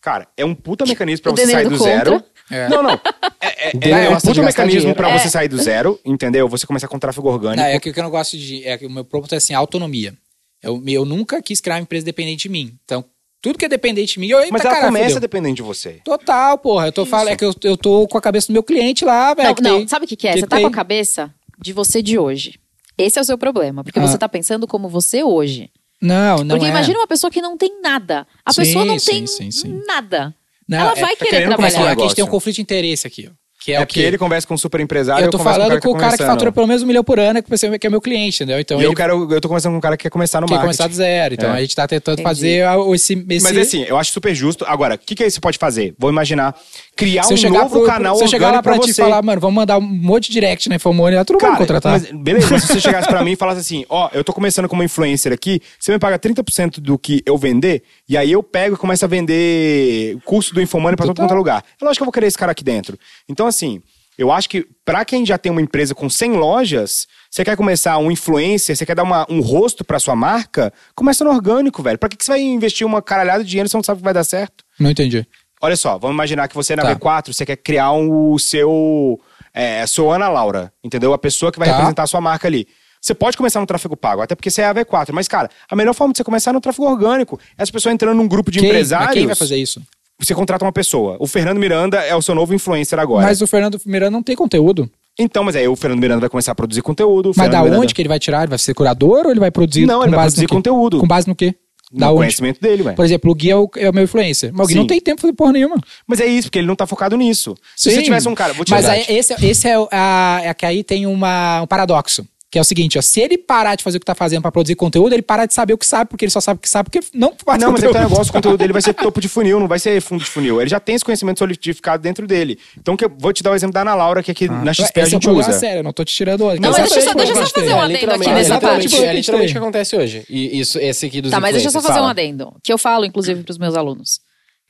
Cara, é um puta mecanismo pra O você sair do Denildo zero. contra. É. (laughs) Não, não. É, é- O Denildo é um gosta de puta gastar mecanismo dinheiro. pra É. você sair do zero, entendeu? Você começar com tráfego orgânico. Não, é que o que eu não gosto de. É que o meu ponto é assim, autonomia. Eu, eu nunca quis criar uma empresa dependente de mim. Então, tudo que é dependente de mim, eu Mas eita, ela caralho, começa fudeu. dependendo de você. Total, porra. Eu tô falando, é que eu, eu tô com a cabeça do meu cliente lá, velho. não, que não, tem- sabe o que, que é? você tá tem- com a cabeça de você de hoje. Esse é o seu problema, porque Ah. você tá pensando como você hoje. Não, não. porque é. imagina uma pessoa que não tem nada. A Sim, pessoa não sim, tem sim, sim. nada. Não, Ela é- vai tá querer querendo começar Mas um trabalhar. aqui a gente tem um negócio. conflito de interesse aqui, ó. Que é, É o porque que ele conversa com um super empresário. Eu tô converso falando com com o cara que fatura fatura pelo menos um milhão por ano, que você- que é meu cliente, entendeu? Então E eu, ele quero, eu tô conversando com um cara que quer começar no quer marketing. começar do zero. Então É. a gente tá tentando Entendi. fazer a- esse, esse. Mas assim, eu acho super justo. Agora, o que, que aí você pode fazer? Vou imaginar criar se eu um chegar, novo pro- canal se eu chegar lá orgânico pra, pra ti você. e falar, mano, vamos mandar um monte de direct na Infomone, ela tu não vai me contratar. mas beleza, mas se você chegasse pra mim e falasse assim, ó, eu tô começando como influencer aqui, você me paga 30% do que eu vender, e aí eu pego e começo a vender curso do Infomani pra todo Total. quanto é lugar. É lógico que eu vou querer esse cara aqui dentro. Então, assim, eu acho que pra quem já tem uma empresa com 100 lojas, você quer começar um influencer, você quer dar uma- um rosto pra sua marca, começa no orgânico, velho. Pra que, que você vai investir uma caralhada de dinheiro se você não sabe que vai dar certo? Não entendi. Olha só, vamos imaginar que você é na Tá. V4, você quer criar um, o seu. É, sou Ana Laura, entendeu? A pessoa que vai Tá. representar a sua marca ali. Você pode começar no tráfego pago, até porque você é a V4. Mas, cara, a melhor forma de você começar é no tráfego orgânico. Essa pessoa entrando num grupo de Quem- mas empresários. Quem vai fazer isso? Você contrata uma pessoa. O Fernando Miranda é o seu novo influencer agora. Mas o Fernando Miranda não tem conteúdo. Então, mas aí o Fernando Miranda vai começar a produzir conteúdo. o Mas Fernando da Miranda- onde que ele vai tirar? Ele vai ser curador ou ele vai produzir Não, com ele vai base produzir no quê? conteúdo. Com base no quê? No Da onde? conhecimento dele, ué. Por exemplo, o Gui é o, é o meu influencer. Mas o Gui Sim. não tem tempo pra fazer porra nenhuma. Mas é isso, porque ele não tá focado nisso. Se você Sim. tivesse um cara. Vou te Mas dar- aí, esse, esse é, o- a, é que aí tem uma, um paradoxo. Que é o seguinte, ó, se ele parar de fazer o que tá fazendo pra produzir conteúdo, ele para de saber o que sabe, porque ele só sabe o que sabe, porque não faz Não, mas é conteúdo. Então, que o negócio, o conteúdo dele vai ser topo de funil, não vai ser fundo de funil. Ele já tem esse conhecimento solidificado dentro dele. Então, que eu vou te dar o exemplo da Ana Laura, que aqui na XP a Esse é um gente problema usa. sério, eu não tô te tirando é onda. Não, Porque mas deixa eu só- sabe deixa eu só como fazer um eu adendo gostei. aqui nessa literalmente, parte. É literalmente o que acontece hoje. E isso, esse aqui dos Tá, mas deixa eu só influencers, fazer um fala. adendo, que eu falo, inclusive, pros meus alunos.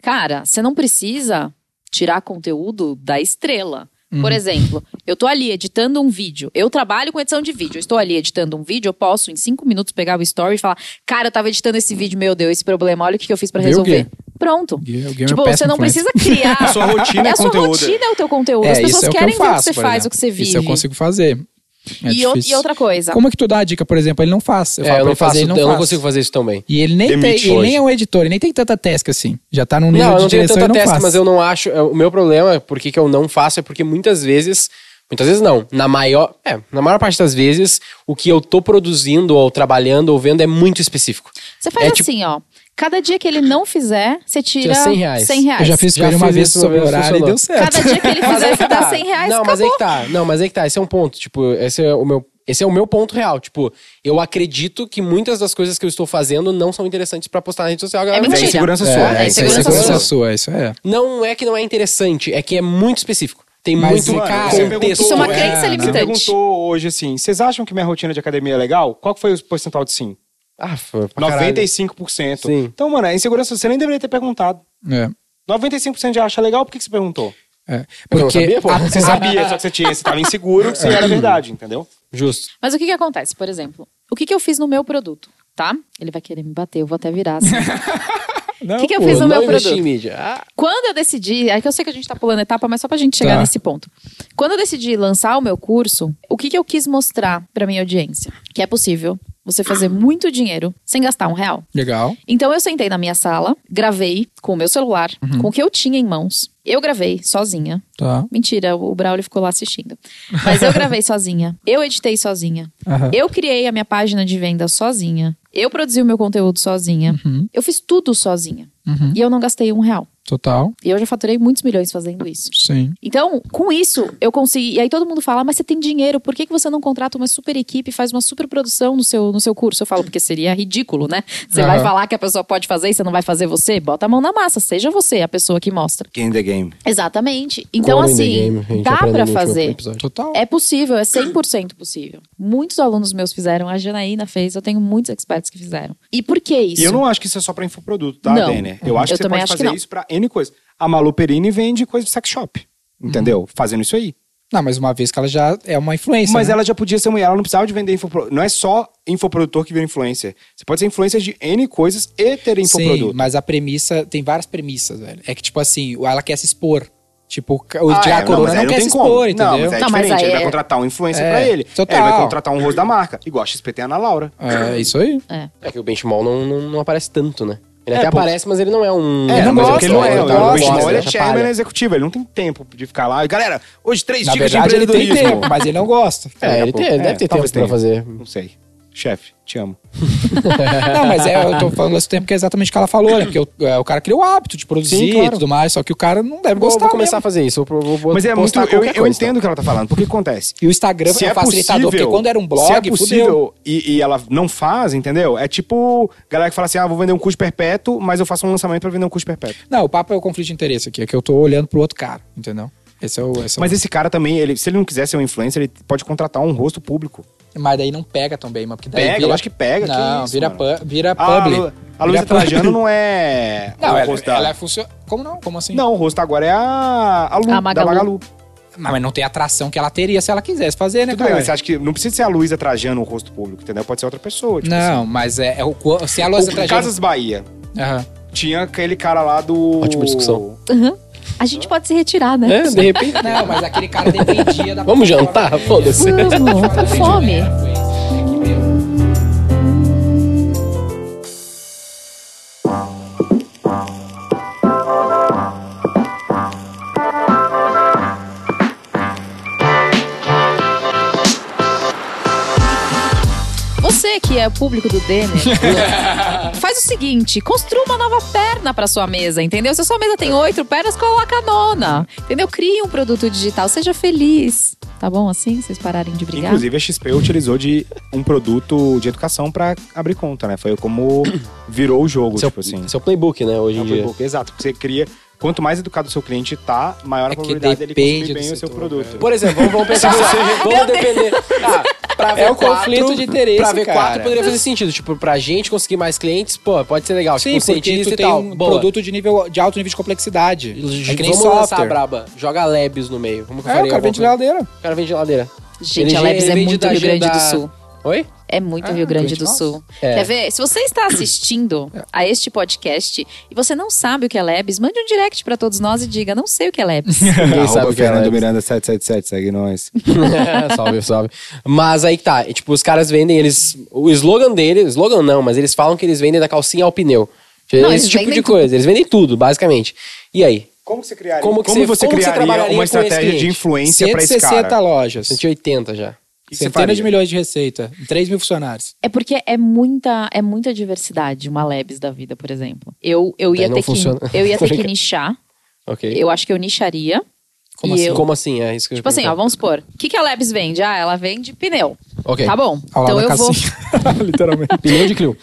Cara, você não precisa tirar conteúdo da estrela. Uhum. Por exemplo, eu tô ali editando um vídeo. Eu trabalho com edição de vídeo. Eu estou ali editando um vídeo, eu posso, em cinco minutos, pegar o story e falar: Cara, eu tava editando esse vídeo, meu Deus, esse problema, olha o que que eu fiz pra Viu, Gui? resolver. Pronto. Gui- o Gui é meu Tipo, você péssimo não influencer. precisa (laughs) criar. A sua rotina é é (laughs) a sua conteúdo. rotina, é o teu conteúdo. As É, pessoas isso é o que querem eu ver o que faço, você por faz, o exemplo. que você vive. Isso eu consigo fazer. É e, o- difícil. e outra coisa. Como é que tu dá a dica, por exemplo? Ele não faz. Eu É, falo eu pra não ele fazer, faço, ele não eu não faz. consigo fazer isso também. E ele nem, Demite tem, ele hoje. nem é um editor, ele nem tem tanta task assim. Já tá num nível Não, eu de não tenho direção tanta e não testa, faz. mas eu não acho. é, O meu problema, por que que eu não faço, é porque muitas vezes. Muitas vezes não. Na maior, é, na maior parte das vezes, o que eu tô produzindo, ou trabalhando, ou vendo é muito específico. Você faz É tipo- assim, ó. Cada dia que ele não fizer, você tira, Tira 100 reais. Eu já fiz Já com ele uma fiz vez isso, sobre o uma vez horário e funcionou. deu certo. É, Cada dia que (laughs) ele Mas fizer, aí É, você que tá. dá 100 reais, Não, acabou. mas aí que tá. Não, mas aí que tá. Esse é um ponto. Tipo, esse é o meu. Esse é o meu ponto real. Tipo, eu acredito que muitas das coisas que eu estou fazendo não são interessantes pra postar na rede social. a galera mentira. É insegurança É, sua. é né? Isso é insegurança segurança sua. sua, isso é. Não é que não é interessante, é que é muito específico. Tem Mas, muito cara, você isso perguntou é uma hoje- crença você limitante. perguntou hoje assim, vocês acham que minha rotina de academia é legal? Qual que foi o percentual de sim? Ah, foi pra caralho. 95%. Sim. Então, mano, a insegurança você nem deveria ter perguntado. É. 95% já acha legal, por que que você perguntou? Eu não Porque sabia, pô. ah, você Você (laughs) sabe, sabia, só que você tinha, você tava inseguro, que você (laughs) era verdade, entendeu? Justo. Mas o que que acontece, por exemplo? O que que eu fiz no meu produto, tá? Ele vai querer me bater, eu vou até virar assim. O que, que eu Pô, fiz não no meu investi produto? em mídia. Ah, Quando eu decidi, é que eu sei que a gente tá pulando etapa, mas só pra gente chegar Tá. nesse ponto. Quando eu decidi lançar o meu curso, o que, que eu quis mostrar pra minha audiência? Que é possível você fazer muito dinheiro sem gastar um real. legal. Então eu sentei na minha sala, gravei com o meu celular, com o que eu tinha em mãos. Eu gravei sozinha. Tá. Mentira, o Braulio ficou lá assistindo. Mas eu (laughs) gravei sozinha. Eu editei sozinha. Aham. Eu criei a minha página de venda sozinha. Eu produzi o meu conteúdo sozinha. Uhum. Eu fiz tudo sozinha. Uhum. E eu não gastei um real. Total. E eu já faturei muitos milhões fazendo isso. Sim. Então, com isso, eu consegui. E aí todo mundo fala, "Ah, mas você tem dinheiro, por que, que você não contrata uma super equipe e faz uma super produção no seu, no seu curso? Eu falo, porque seria ridículo, né? Você vai Aham. falar que a pessoa pode fazer e você não vai fazer você? Bota a mão na massa, seja você a pessoa que mostra. Quem the game. Exatamente. Então, Conan the assim, Game, a gente dá aprende pra no último fazer. episódio. Total. É possível, é 100% possível. Muitos alunos meus fizeram, a Janaína fez, eu tenho muitos experts que fizeram. E por que isso? E eu não acho que isso é só pra infoproduto, tá, Não. Denner? Eu acho Eu que você também pode acho que fazer não. isso pra N coisa. A Malu Perini vende coisa de sex shop, Uhum. entendeu? Fazendo isso aí. Não, mas uma vez que ela já é uma influência. Mas né? ela já podia ser mulher, ela não precisava de vender infoproduto. Não é só infoprodutor que vira influencer. Você pode ser influencer de N coisas e ter Sim, infoproduto. mas a premissa, tem várias premissas, velho. É que, tipo assim, ela quer se expor. Tipo, o Ah, Tiago é, Corona mas não, aí quer tem se como. expor, Não, entendeu? mas aí é Não, mas diferente. aí ele é- vai contratar um influencer É, pra ele. total. Ele vai contratar um rosto da marca. Igual a XP tem a Ana Laura. É, isso aí. É que o Benchmall não, não, não aparece tanto, né? Ele É, até pô. aparece, mas ele não é um. É, Hum, mas não gosta, é porque ele não ele é. não O gosta, Benchmall ele é acha chairman palha. executivo. Ele não tem tempo de ficar lá. Galera, hoje três Na dicas tipo de verdade, ele tem empreendedorismo. tempo, mas ele não gosta. tá É, ele tem- É, deve ter talvez tempo pra tenha. fazer. Não sei. Chefe, te amo. tá- Não, mas é, eu tô falando esse tempo que é exatamente o que ela falou, né? Porque o, é, o cara cria o hábito de produzir Sim, claro. e tudo mais, só que o cara não deve Vou, gostar vou começar a mesmo. fazer isso. Vou, vou, vou Mas é muito. postar Eu, qualquer eu coisa, entendo o que ela tá falando. Porque acontece. E o Instagram Se é um é facilitador, possível, porque quando era um blog, se é fudeu. possível e, e ela não faz, entendeu? É tipo galera que fala assim, ah, vou vender um curso perpétuo, mas eu faço um lançamento pra vender um curso perpétuo. Não, o papo é o conflito de interesse aqui, é que eu tô olhando pro outro cara, entendeu? Esse é o. Esse é o- Mas esse cara também, ele, se ele não quiser ser um influencer, ele pode contratar um rosto público. Mas daí não pega também, mano. Porque daí Pega, É, vira... eu acho que pega, que Não, isso, vira, mano. pu- vira Ah, A, publi. Lu, a Vira Luísa publi. Trajano não é (laughs) Não, o ela, rosto ela dela. funciona. Como não? Como assim? Não, o rosto agora é a, a Lu, A Magalu. da Magalu. Mas mas não tem a atração que ela teria se ela quisesse fazer, né, Tudo bem, cara? mas é, você acha que não precisa ser a Luísa Trajano o rosto público, entendeu? Pode ser outra pessoa. Tipo não, mas é, é o qu- se ela Assim. usa O Casas Bahia. Aham. Tinha aquele cara lá do... Ótima discussão. Aham. A gente pode se retirar, né? Né? De repente. Não, mas aquele cara dependia da (laughs) (laughs) Vamos jantar? Foda-se. Vamos, eu tô com fome. Você que é público do Denner, faz o seguinte: construa uma nova perna para sua mesa, entendeu? Se a sua mesa tem oito pernas, coloca a nona, entendeu? Crie um produto digital, seja feliz. Tá bom assim? Vocês pararem de brigar? Inclusive, a XP utilizou de um produto de educação pra abrir conta, né? Foi (coughs) como virou o jogo, Seu, tipo assim. seu playbook, né? Hoje É em um dia. playbook, exato. Porque Você cria... Quanto mais educado o seu cliente tá, maior a É que probabilidade dele depende consumir do bem o seu setor, produto. velho. Por exemplo, vamos, vamos pensar você. Vamos depender. Ah, pra É o V4, conflito de interesse, Pra V4 cara. poderia fazer sentido. Tipo, pra gente conseguir mais clientes, pô, pode ser legal. Sim, tipo, um porque cientista tu e tem tal. um Boa. produto de, nível, de alto nível de complexidade. É que nem Vamos lançar a software. braba. Joga Labs no meio. Como que eu É, faria? o cara Vamos- vende geladeira. O cara vende geladeira. Gente, Ele a já- Leves ele é vende muito da Rio Grande do agenda- Sul. Oi? É muito Ah, Rio Grande Grande do Nossa. Sul. É. (laughs) Quer ver? Se você está assistindo a este podcast e você não sabe o que é Labs, mande um direct pra todos nós e diga: não sei o que é (laughs) Labs. Ninguém sabe o que é Labs. Miranda 777, segue nós. (laughs) salve, salve. Mas aí que tá. E, tipo, os caras vendem, eles. O slogan deles, slogan não, mas eles falam que eles vendem da calcinha ao pneu. Tipo, Não, Esse eles tipo vendem de coisa. Eles vendem tudo, basicamente. E aí? Como você criaria, Como como que você- você como que você criaria trabalharia com uma esse estratégia de cliente? influência pra esse 160 cara? lojas. 180 já. O que você faria? Centenas de milhões de receita. 3 mil funcionários. É porque é muita, é muita diversidade uma Labs da vida, por exemplo. Eu, eu, Daí ia, não ter que, funciona. eu ia ter que (laughs) Brinca. nichar. Ok. Eu acho que eu nicharia. Como e assim? eu- Como assim? É isso que eu Tipo assim, ó, vamos supor. O que, que a Labs vende? Ah, ela vende pneu. Ok. (laughs) Tá bom. Ao lado Então da eu vou. calcinha. Literalmente. Pneu de Clio.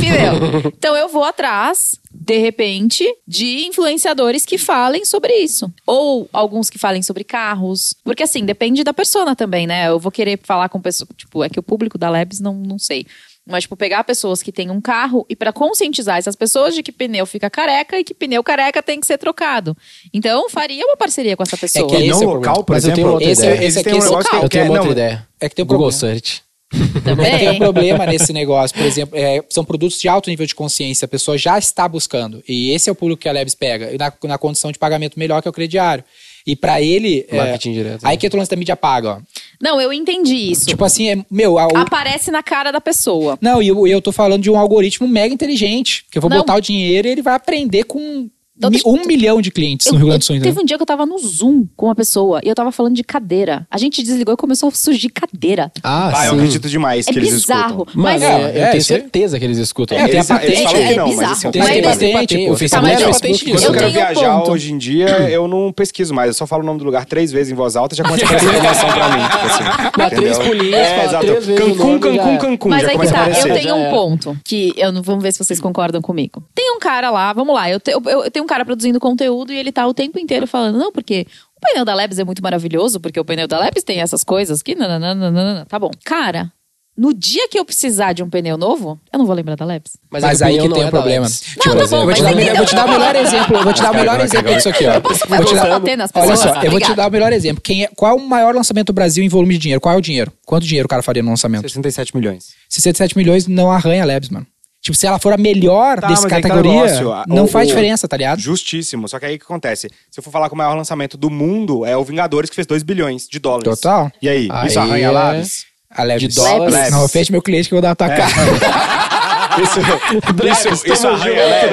Pneu. Então eu vou atrás de repente, de influenciadores que falem sobre isso. Ou alguns que falem sobre carros. Porque assim, depende da persona também, né? Eu vou querer falar com pessoas. Tipo, é que o público da Labs não, não sei. Mas, tipo, pegar pessoas que têm um carro e para conscientizar essas pessoas de que pneu fica careca e que pneu careca tem que ser trocado. Então, faria uma parceria com essa pessoa. que E esse é no o local, problema. por Mas eu tenho exemplo, outra esse- ideia. esse Esse tem um aqui é negócio que local. Eu tenho uma não, outra ideia. É que tem um Google problema. Search. (laughs) também. Tem um problema nesse negócio, por exemplo, é, são produtos de alto nível de consciência, a pessoa já está buscando. E esse é o público que a Lebs pega, e na, na condição de pagamento melhor que é o crediário. E para ele. é, Marketing direto. Aí que entra o lance da mídia paga, ó. Não, eu entendi isso. Tipo assim, é, meu, a- Ah, o- Aparece na cara da pessoa. não, e eu, eu tô falando de um algoritmo mega inteligente, que eu vou Não. botar o dinheiro e ele vai aprender com Então, mi- deixa- um milhão de clientes Eu- no Rio eu- Grande do Sul. entendeu? teve um dia que eu tava no Zoom com uma pessoa e eu tava falando de cadeira. A gente desligou e começou a surgir cadeira. Ah, Ah, eu acredito demais é que eles bizarro. escutam. Mas Mas é, é, eu é, tenho isso aí. certeza que eles escutam. É, tem a Eles, eles patente, falam que é não, mas bizarro. assim, eu Tem, Mas- tem tenho certeza. patente, patente, pô. o Tá, Facebook mas é eu- patente Quando disso. eu, Eu quero tenho um viajar ponto. hoje em dia, eu não pesquiso mais. Eu só falo o nome do lugar três vezes em voz alta, já começa a aparecer informação pra mim. Tipo assim, Dá entendeu? três pulinhos, É, fala exato. três vezes o Cancún, nome, já Cancún, é. Cancún. Mas já aí que começa a tá, aparecer. eu tenho já um é. ponto que eu não vamos ver se vocês concordam comigo. Tem um cara lá, vamos lá, eu, te- eu- eu tenho um cara produzindo conteúdo e ele tá o tempo inteiro falando, não, porque o pneu da Labs é muito maravilhoso, porque o pneu da Labs tem essas coisas que nananana, tá bom. Cara, no dia que eu precisar de um pneu novo, eu não vou lembrar da Labs. é Mas, aí que tem um problema. Tipo, Não, assim, tá bom, eu vou te mas dar, o melhor- eu vou te dar o melhor exemplo. Eu vou te dar o Vai, melhor vai, exemplo vai. disso aqui, ó. Posso Vou te fazer um dar, bater nas olha pessoas? só, eu vou te Obrigada. dar o melhor exemplo. Quem é, qual é o maior lançamento do Brasil em volume de dinheiro? Qual é o dinheiro? Quanto dinheiro o cara faria no lançamento? 67 milhões. 67 milhões não arranha a Labs, mano. Tipo, se ela for a melhor Tá, desse mas aí tá categoria, negócio, a- não o- faz o- diferença, tá ligado? Justíssimo. Só que aí o que acontece? Se eu for falar que o maior lançamento do mundo é o Vingadores, que fez 2 bilhões de dólares. Total. E aí, isso Aí arranha é- lá? (laughs) A Labs. De dólares. Labs. Não, ofende meu cliente que eu vou dar uma É. tacada. (laughs) Isso, isso, isso arranha, né?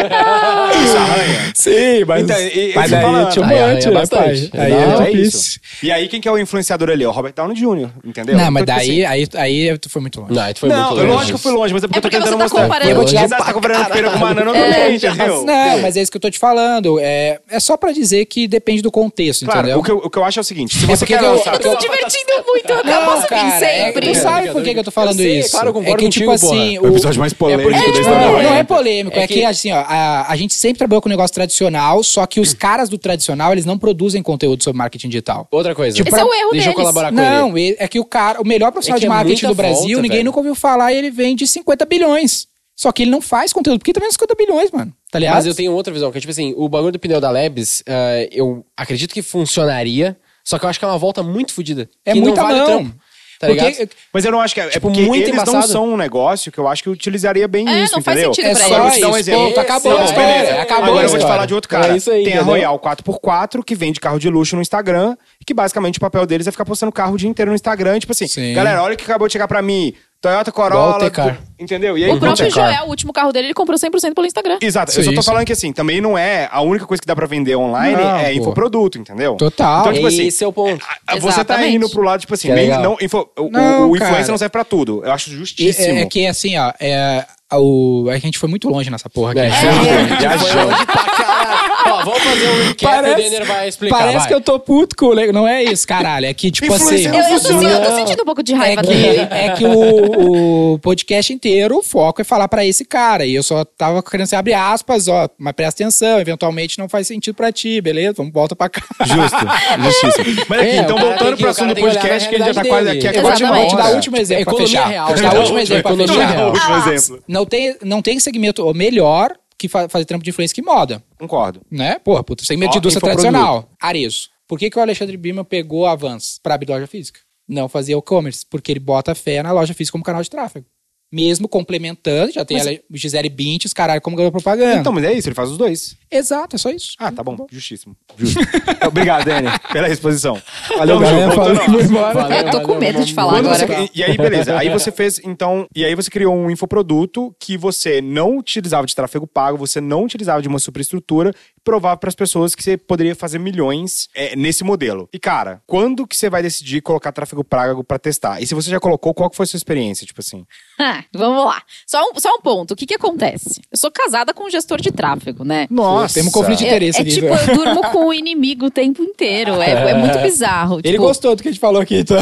Isso arranha. Sim, Então, e- eu mas tô aí é falando. too Aí arranha much, né, pai? bastante. Aí Não, é é difícil. isso. E aí, quem que é o influenciador ali? É o Robert Downey Jr., entendeu? Não, mas Então, tipo daí, aí, aí tu foi muito longe. Não, aí tu foi Não, muito eu longe. lógico que eu fui longe, mas é porque É eu tô porque tentando você tá mostrar. comparando. Eu vou te Longe dar, você tá comparando pera com banana, eu É, não já- entendeu? Não, mas é isso que eu tô te falando. É, é só pra dizer que depende do contexto, Claro, entendeu? o que, eu, o que eu acho é o seguinte, se É você porque quer eu- lançar... eu tô- Tô divertindo muito, eu não Não, posso vir cara, é, sempre. tu sabe por que, que eu tô falando Eu sei, isso. claro, eu concordo é que, tipo contigo, assim... porra. O episódio mais polêmico é porque, da tipo, história. né? Não, não é polêmico, é, É que, que- assim, ó, a, a gente sempre trabalhou com negócio tradicional, só que os caras do tradicional, eles não produzem conteúdo sobre marketing digital. Outra coisa. Tipo, Esse é o erro Deixa eu deles. colaborar com ele. Não, e- é que o cara, o melhor profissional É de que é marketing muita do Brasil, volta, ninguém velho. nunca ouviu falar e ele vende 50 bilhões. Só que ele não faz conteúdo, porque também é 50 bilhões, mano. Tá ligado? Mas eu tenho outra visão, que é tipo assim, o bagulho do pneu da Lebes, ah, eu acredito que funcionaria, só que eu acho que é uma volta muito fodida. É que muita não vale mão. o trampo. Tá Porque- ligado? Mas eu não acho que é, é Tipo, porque muito eles não embaçado. são um negócio que eu acho que utilizaria bem É, isso, não faz entendeu? sentido É pra só ele. Agora eu vou te dar um isso, exemplo. ponto, acabou Tá a bom, história, beleza. acabou Agora eu a vou te história. falar de outro cara. É isso aí, Tem a entendeu? Royal 4x4, que vende carro de luxo no Instagram, que basicamente o papel deles é ficar postando carro o dia inteiro no Instagram. Tipo assim, Sim. galera, olha o que acabou de chegar pra mim. Toyota Igual o Corolla. T-Car. tu- Entendeu? E aí, O próprio T-Car. Joel, o último carro dele, ele comprou 100% pelo Instagram. Exato. Isso, eu só tô isso. falando que assim, também não é a única coisa que dá pra vender online Não, é pô. infoproduto, entendeu? Total. Então, tipo assim, Esse é o ponto. a- você tá Exatamente. indo pro lado, tipo assim, Que é nem- legal. não, info- o, o- Não, o influencer cara. não serve pra tudo. Eu acho E- justíssimo. é, é que assim, ó, é, o, é que a gente foi muito longe nessa porra aqui. É, né? foi longe, Já foi achou. longe pra caralho. Ó, vamos fazer um recap e o Denner vai explicar. parece vai. que eu tô puto com o Lego. Não é isso, caralho. É que, tipo assim. Influencer Eu, não eu, tô, funciona. sentindo- eu tô sentindo um pouco de É raiva que, dele. (laughs) é que o, o podcast inteiro, o foco é falar pra esse cara. E eu só tava querendo assim, abre aspas, ó, mas presta atenção, eventualmente não faz sentido pra ti, beleza? Vamos volta pra cá. (laughs) Justo, justíssimo. Mas aqui, É, então o cara tem voltando pro que- o cara assunto do tem que olhar podcast, na que ele já tá realidade quase aqui, é dele. Eu vou te quase dar, uma vou te Exatamente. dar o hora. último exemplo pra Economia fechar. real. Vou te dar o último exemplo pra Economia fechar. real. Último exemplo. Não tem, não tem segmento melhor que fa fazer trampo de influência que moda. Concordo. né? Porra, puta, segmento de Ó, indústria infoproduto. tradicional. Arezo. Por que, que o Alexandre Bima pegou a Vans pra abrir loja física? Não fazia e-commerce, porque ele bota fé na loja física como canal de tráfego. Mesmo complementando, já tem Mas- a Le- Gisele Bint, os caralho, como ganhou propaganda. Então, mas é isso, ele faz os dois. Exato, é só isso. Ah, tá bom. Justíssimo. Justo. Obrigado, Dani, pela exposição. Valeu, galera, Voltando falou, ao- foi embora. Valeu, Eu tô com valeu, medo de valeu. falar Quando agora. é você- e, e aí, beleza. Aí (laughs) você fez, então. E aí você criou um infoproduto que você não utilizava de tráfego pago, você não utilizava de uma superestrutura e provava para as pessoas que você poderia fazer milhões é, nesse modelo. E, cara, quando que você vai decidir colocar tráfego pago para testar? E se você já colocou, qual que foi a sua experiência? Tipo assim. Ah, vamos lá. Só um, só um ponto. O que que acontece? Eu sou casada com um gestor de tráfego, né? Nossa. Temos conflito de É, interesse né? é ali. tipo, eu durmo com o inimigo o tempo inteiro. É, é muito bizarro. Ele Tipo, gostou do que a gente falou aqui, então.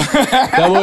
Tamo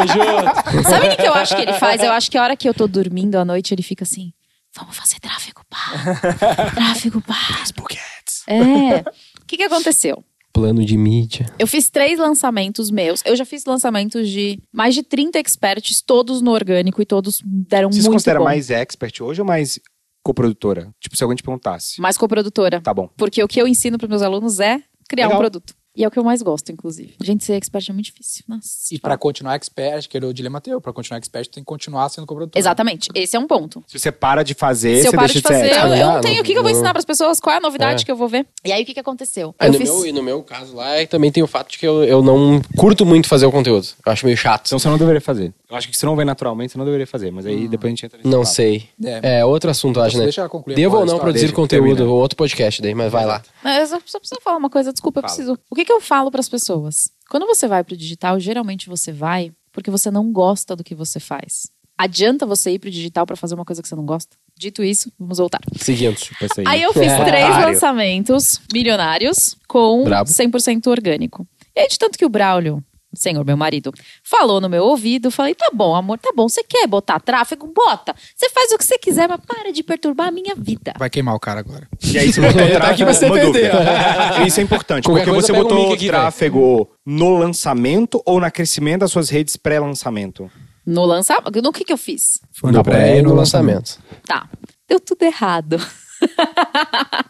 (laughs) junto. Sabe o que que eu acho que ele faz? Eu acho que a hora que eu tô dormindo à noite, ele fica assim: vamos fazer tráfego pago. (laughs) Tráfego pago. Facebook Ads. É. O que, que aconteceu? Plano de mídia. Eu fiz três lançamentos meus. Eu já fiz lançamentos de mais de 30 experts, todos no orgânico e todos deram Você se muito considera bom. mais expert hoje ou mais coprodutora? Tipo, se alguém te perguntasse. mais coprodutora. Tá bom. Porque o que eu ensino para meus alunos é criar Legal. um produto. E é o que eu mais gosto, inclusive. Gente, ser expert é muito difícil. Nossa. E pra continuar expert, que era o dilema teu, pra continuar expert, tu tem que continuar sendo coprodutor. Exatamente. Esse é um ponto. Se você para de fazer, Se eu você paro deixa de de ser fazer, expert. eu, eu Ah, não tenho o que, que eu não- vou ensinar para as pessoas, qual é a novidade É. que eu vou ver. E aí, o que, que aconteceu? Ah, eu no meu, e no meu caso lá é que também tem o fato de que eu, eu não curto muito fazer o conteúdo. Eu acho meio chato. Então você não deveria fazer. Eu acho que se não vem naturalmente, você não deveria fazer. Mas Hum. aí depois a gente entra nesse Não papo. sei. É. É, outro assunto, eu acho, Então, né? deixa ela concluir Devo agora ou a não história. produzir Deixa, conteúdo, termina. outro podcast daí, mas vai lá. Não, eu só, só preciso falar uma coisa, desculpa, eu Fala. preciso. O que, que eu falo para as pessoas? Quando você vai pro digital, geralmente você vai porque você não gosta do que você faz. Adianta você ir pro digital para fazer uma coisa que você não gosta? Dito isso, vamos voltar. Seguinte. Tipo esse aí. Aí eu fiz É. três Otário. lançamentos milionários com Brabo. 100% orgânico. E aí, de tanto que o Braulio, senhor meu marido, falou no meu ouvido, eu falei, tá bom, amor, tá bom, você quer botar tráfego? Bota. Você faz o que você quiser, mas para de perturbar a minha vida. Vai queimar o cara agora. E aí (laughs) você Tá botou tráfego, vai se uma defender. dúvida. Isso é importante, Qualquer porque coisa, você pega um botou mic aqui, tráfego no lançamento ou na crescimento das suas redes pré-lançamento? No lançamento, no que que eu fiz? Foi No pré e é no lançamento. Tá. Deu tudo errado.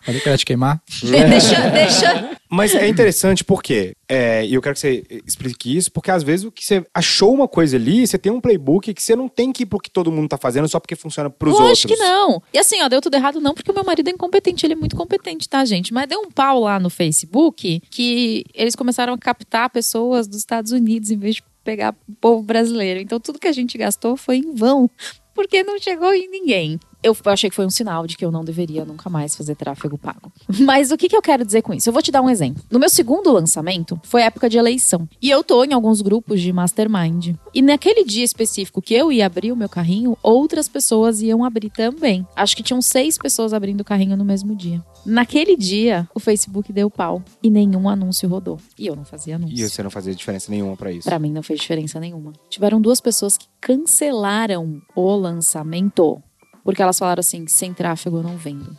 Olha que ela te queimar. Né? De- (laughs) deixa, deixa. Mas é interessante porque, é, e eu quero que você explique isso, porque às vezes o que você achou uma coisa ali, você tem um playbook que você não tem que ir pro que todo mundo tá fazendo só porque funciona pros outros. Lógico que não. E assim, ó, deu tudo errado não, porque o meu marido é incompetente. Ele é muito competente, tá, gente? Mas deu um pau lá no Facebook que eles começaram a captar pessoas dos Estados Unidos em vez de pegar o povo brasileiro. Então tudo que a gente gastou foi em vão, porque não chegou em ninguém. Eu eu achei que foi um sinal de que eu não deveria nunca mais fazer tráfego pago. Mas o que, que eu quero dizer com isso? Eu vou te dar um exemplo. No meu segundo lançamento, foi época de eleição. E eu tô em alguns grupos de mastermind. E naquele dia específico que eu ia abrir o meu carrinho, outras pessoas iam abrir também. Acho que tinham seis pessoas abrindo o carrinho no mesmo dia. Naquele dia, o Facebook deu pau e nenhum anúncio rodou. E eu não fazia anúncio. E você não fazia diferença nenhuma pra isso. Pra mim não fez diferença nenhuma. Tiveram duas pessoas que cancelaram o lançamento. Porque elas falaram assim, sem tráfego eu não vendo.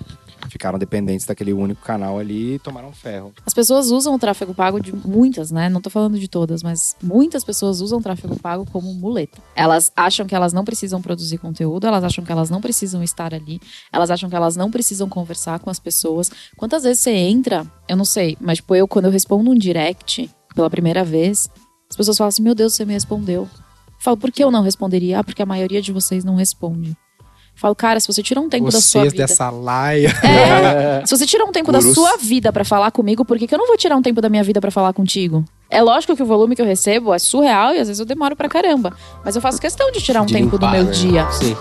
Ficaram dependentes daquele único canal ali e tomaram ferro. As pessoas usam o tráfego pago de muitas, né? Não tô falando de todas, mas muitas pessoas usam o tráfego pago como muleta. Elas acham que elas não precisam produzir conteúdo, elas acham que elas não precisam estar ali, elas acham que elas não precisam conversar com as pessoas. Quantas vezes você entra, eu não sei, mas tipo, eu quando eu respondo um direct pela primeira vez, as pessoas falam assim: "Meu Deus, você me respondeu". Eu falo: "Por que eu não responderia?". Ah, porque a maioria de vocês não responde. Eu Falo, cara, se você tirar um tempo da sua Vocês vida. dessa laia. (laughs) É, se você tirar um tempo da Gurus. sua vida pra falar comigo, por que, que eu não vou tirar um tempo da minha vida pra falar contigo? É lógico que o volume que eu recebo é surreal e às vezes eu demoro pra caramba. Mas eu faço questão de tirar um De tempo do limpar, meu né? dia. Sim.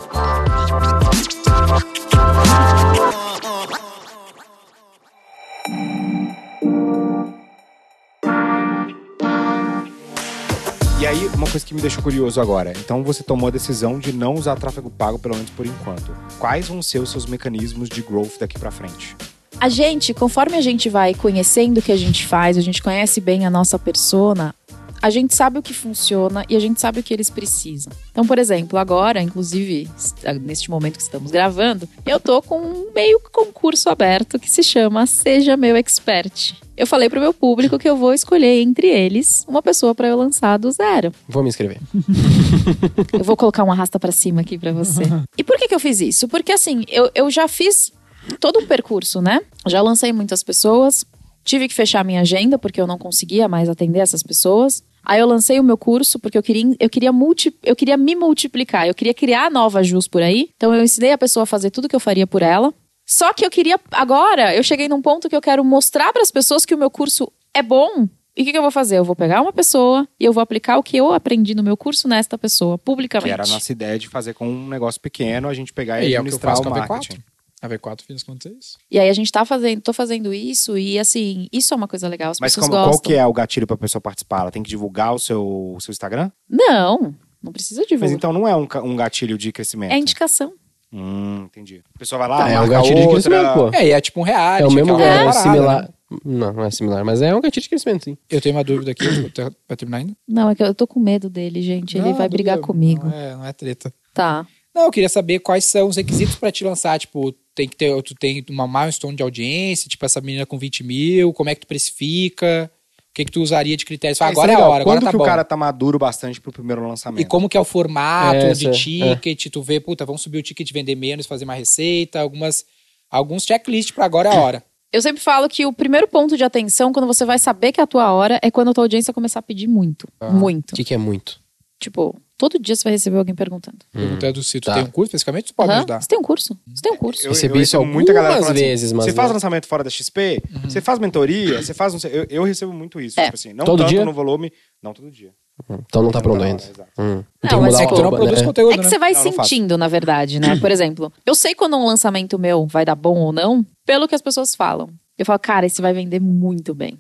E aí, uma coisa que me deixou curioso agora. Então, você tomou a decisão de não usar tráfego pago, pelo menos por enquanto. Quais vão ser os seus mecanismos de growth daqui pra frente? A gente, conforme a gente vai conhecendo o que a gente faz, a gente conhece bem a nossa persona, a gente sabe o que funciona e a gente sabe o que eles precisam. Então, por exemplo, agora, inclusive, est- neste momento que estamos gravando, eu tô com um meio que concurso aberto que se chama Seja Meu Expert. Eu falei pro meu público que eu vou escolher entre eles uma pessoa para eu lançar do zero. Vou me inscrever. Eu vou colocar um arrasta pra cima aqui pra você. E por que que eu fiz isso? Porque assim, eu, eu já fiz todo um percurso, né? Já lancei muitas pessoas, tive que fechar minha agenda porque eu não conseguia mais atender essas pessoas. Aí eu lancei o meu curso porque eu queria, eu queria, multi, eu queria me multiplicar, eu queria criar novas Jus por aí. Então eu ensinei a pessoa a fazer tudo que eu faria por ela. Só que eu queria. Agora, eu cheguei num ponto que eu quero mostrar para as pessoas que o meu curso é bom. E o que, que eu vou fazer? Eu vou pegar uma pessoa e eu vou aplicar o que eu aprendi no meu curso nesta pessoa, publicamente. Que era a nossa ideia de fazer com um negócio pequeno, a gente pegar e, E é o que eu administrar faço o, com a marketing. V4. A V4 fez acontecer isso. E aí a gente tá fazendo, tô fazendo isso e assim, isso é uma coisa legal, as Mas pessoas como- gostam. qual que é o gatilho pra pessoa participar? Ela tem que divulgar o seu, o seu Instagram? Não, não precisa Mas divulgar. então não é um, ca- um gatilho de crescimento. É indicação. Hum, entendi. A pessoa vai Tá, Ah, lá, é marca um gatilho de outra. crescimento, pô. É, e é tipo um reality. É o mesmo aquela é, parada, similar. né? Não, não é similar, mas é um gatilho de crescimento, sim. Eu tenho uma dúvida aqui, vai terminar ainda? Não, é que eu tô com medo dele, gente. Ele Não, vai brigar dúvida, comigo. Não é, não é treta. Tá. Não, eu queria saber quais são os requisitos pra te lançar. Tipo, tem que ter, tu tem uma milestone de audiência, tipo, essa menina com 20 mil, como é que tu precifica? O que, que tu usaria de critérios? Fala, Ah, isso agora é a legal. hora, Quando agora tá que bom. o cara tá maduro bastante pro primeiro lançamento? E como que é o formato É, de sim, ticket, tu vê, puta, vamos subir o ticket, vender menos, fazer mais receita, algumas, alguns checklists pra agora é a hora. Eu sempre falo que o primeiro ponto de atenção, quando você vai saber que é a tua hora, é quando a tua audiência começar a pedir muito. Muito. Então. O que, que é muito? Tipo, todo dia você vai receber alguém perguntando. Perguntando se tu tá. tem um curso, especificamente, tu pode me Aham, ajudar. Você tem um curso? Você tem um curso? Eu Recebi isso recebo muita galera algumas falando vezes, assim, mas Você faz não- lançamento fora da XP? Você faz mentoria? Você faz... não sei- Eu, eu recebo muito isso, É. tipo assim. Não Todo tanto dia? no volume... Não todo dia. Então não tá pronto Não, ainda. exato. Hum. Não, Tem que mas mudar é o que tu Tu não arroba, produz né? conteúdo, É que né? você vai Não, não faço. sentindo, na verdade, né? Por exemplo, eu sei quando um lançamento meu vai dar bom ou não, pelo que as pessoas falam. Eu falo, cara, esse vai vender muito bem.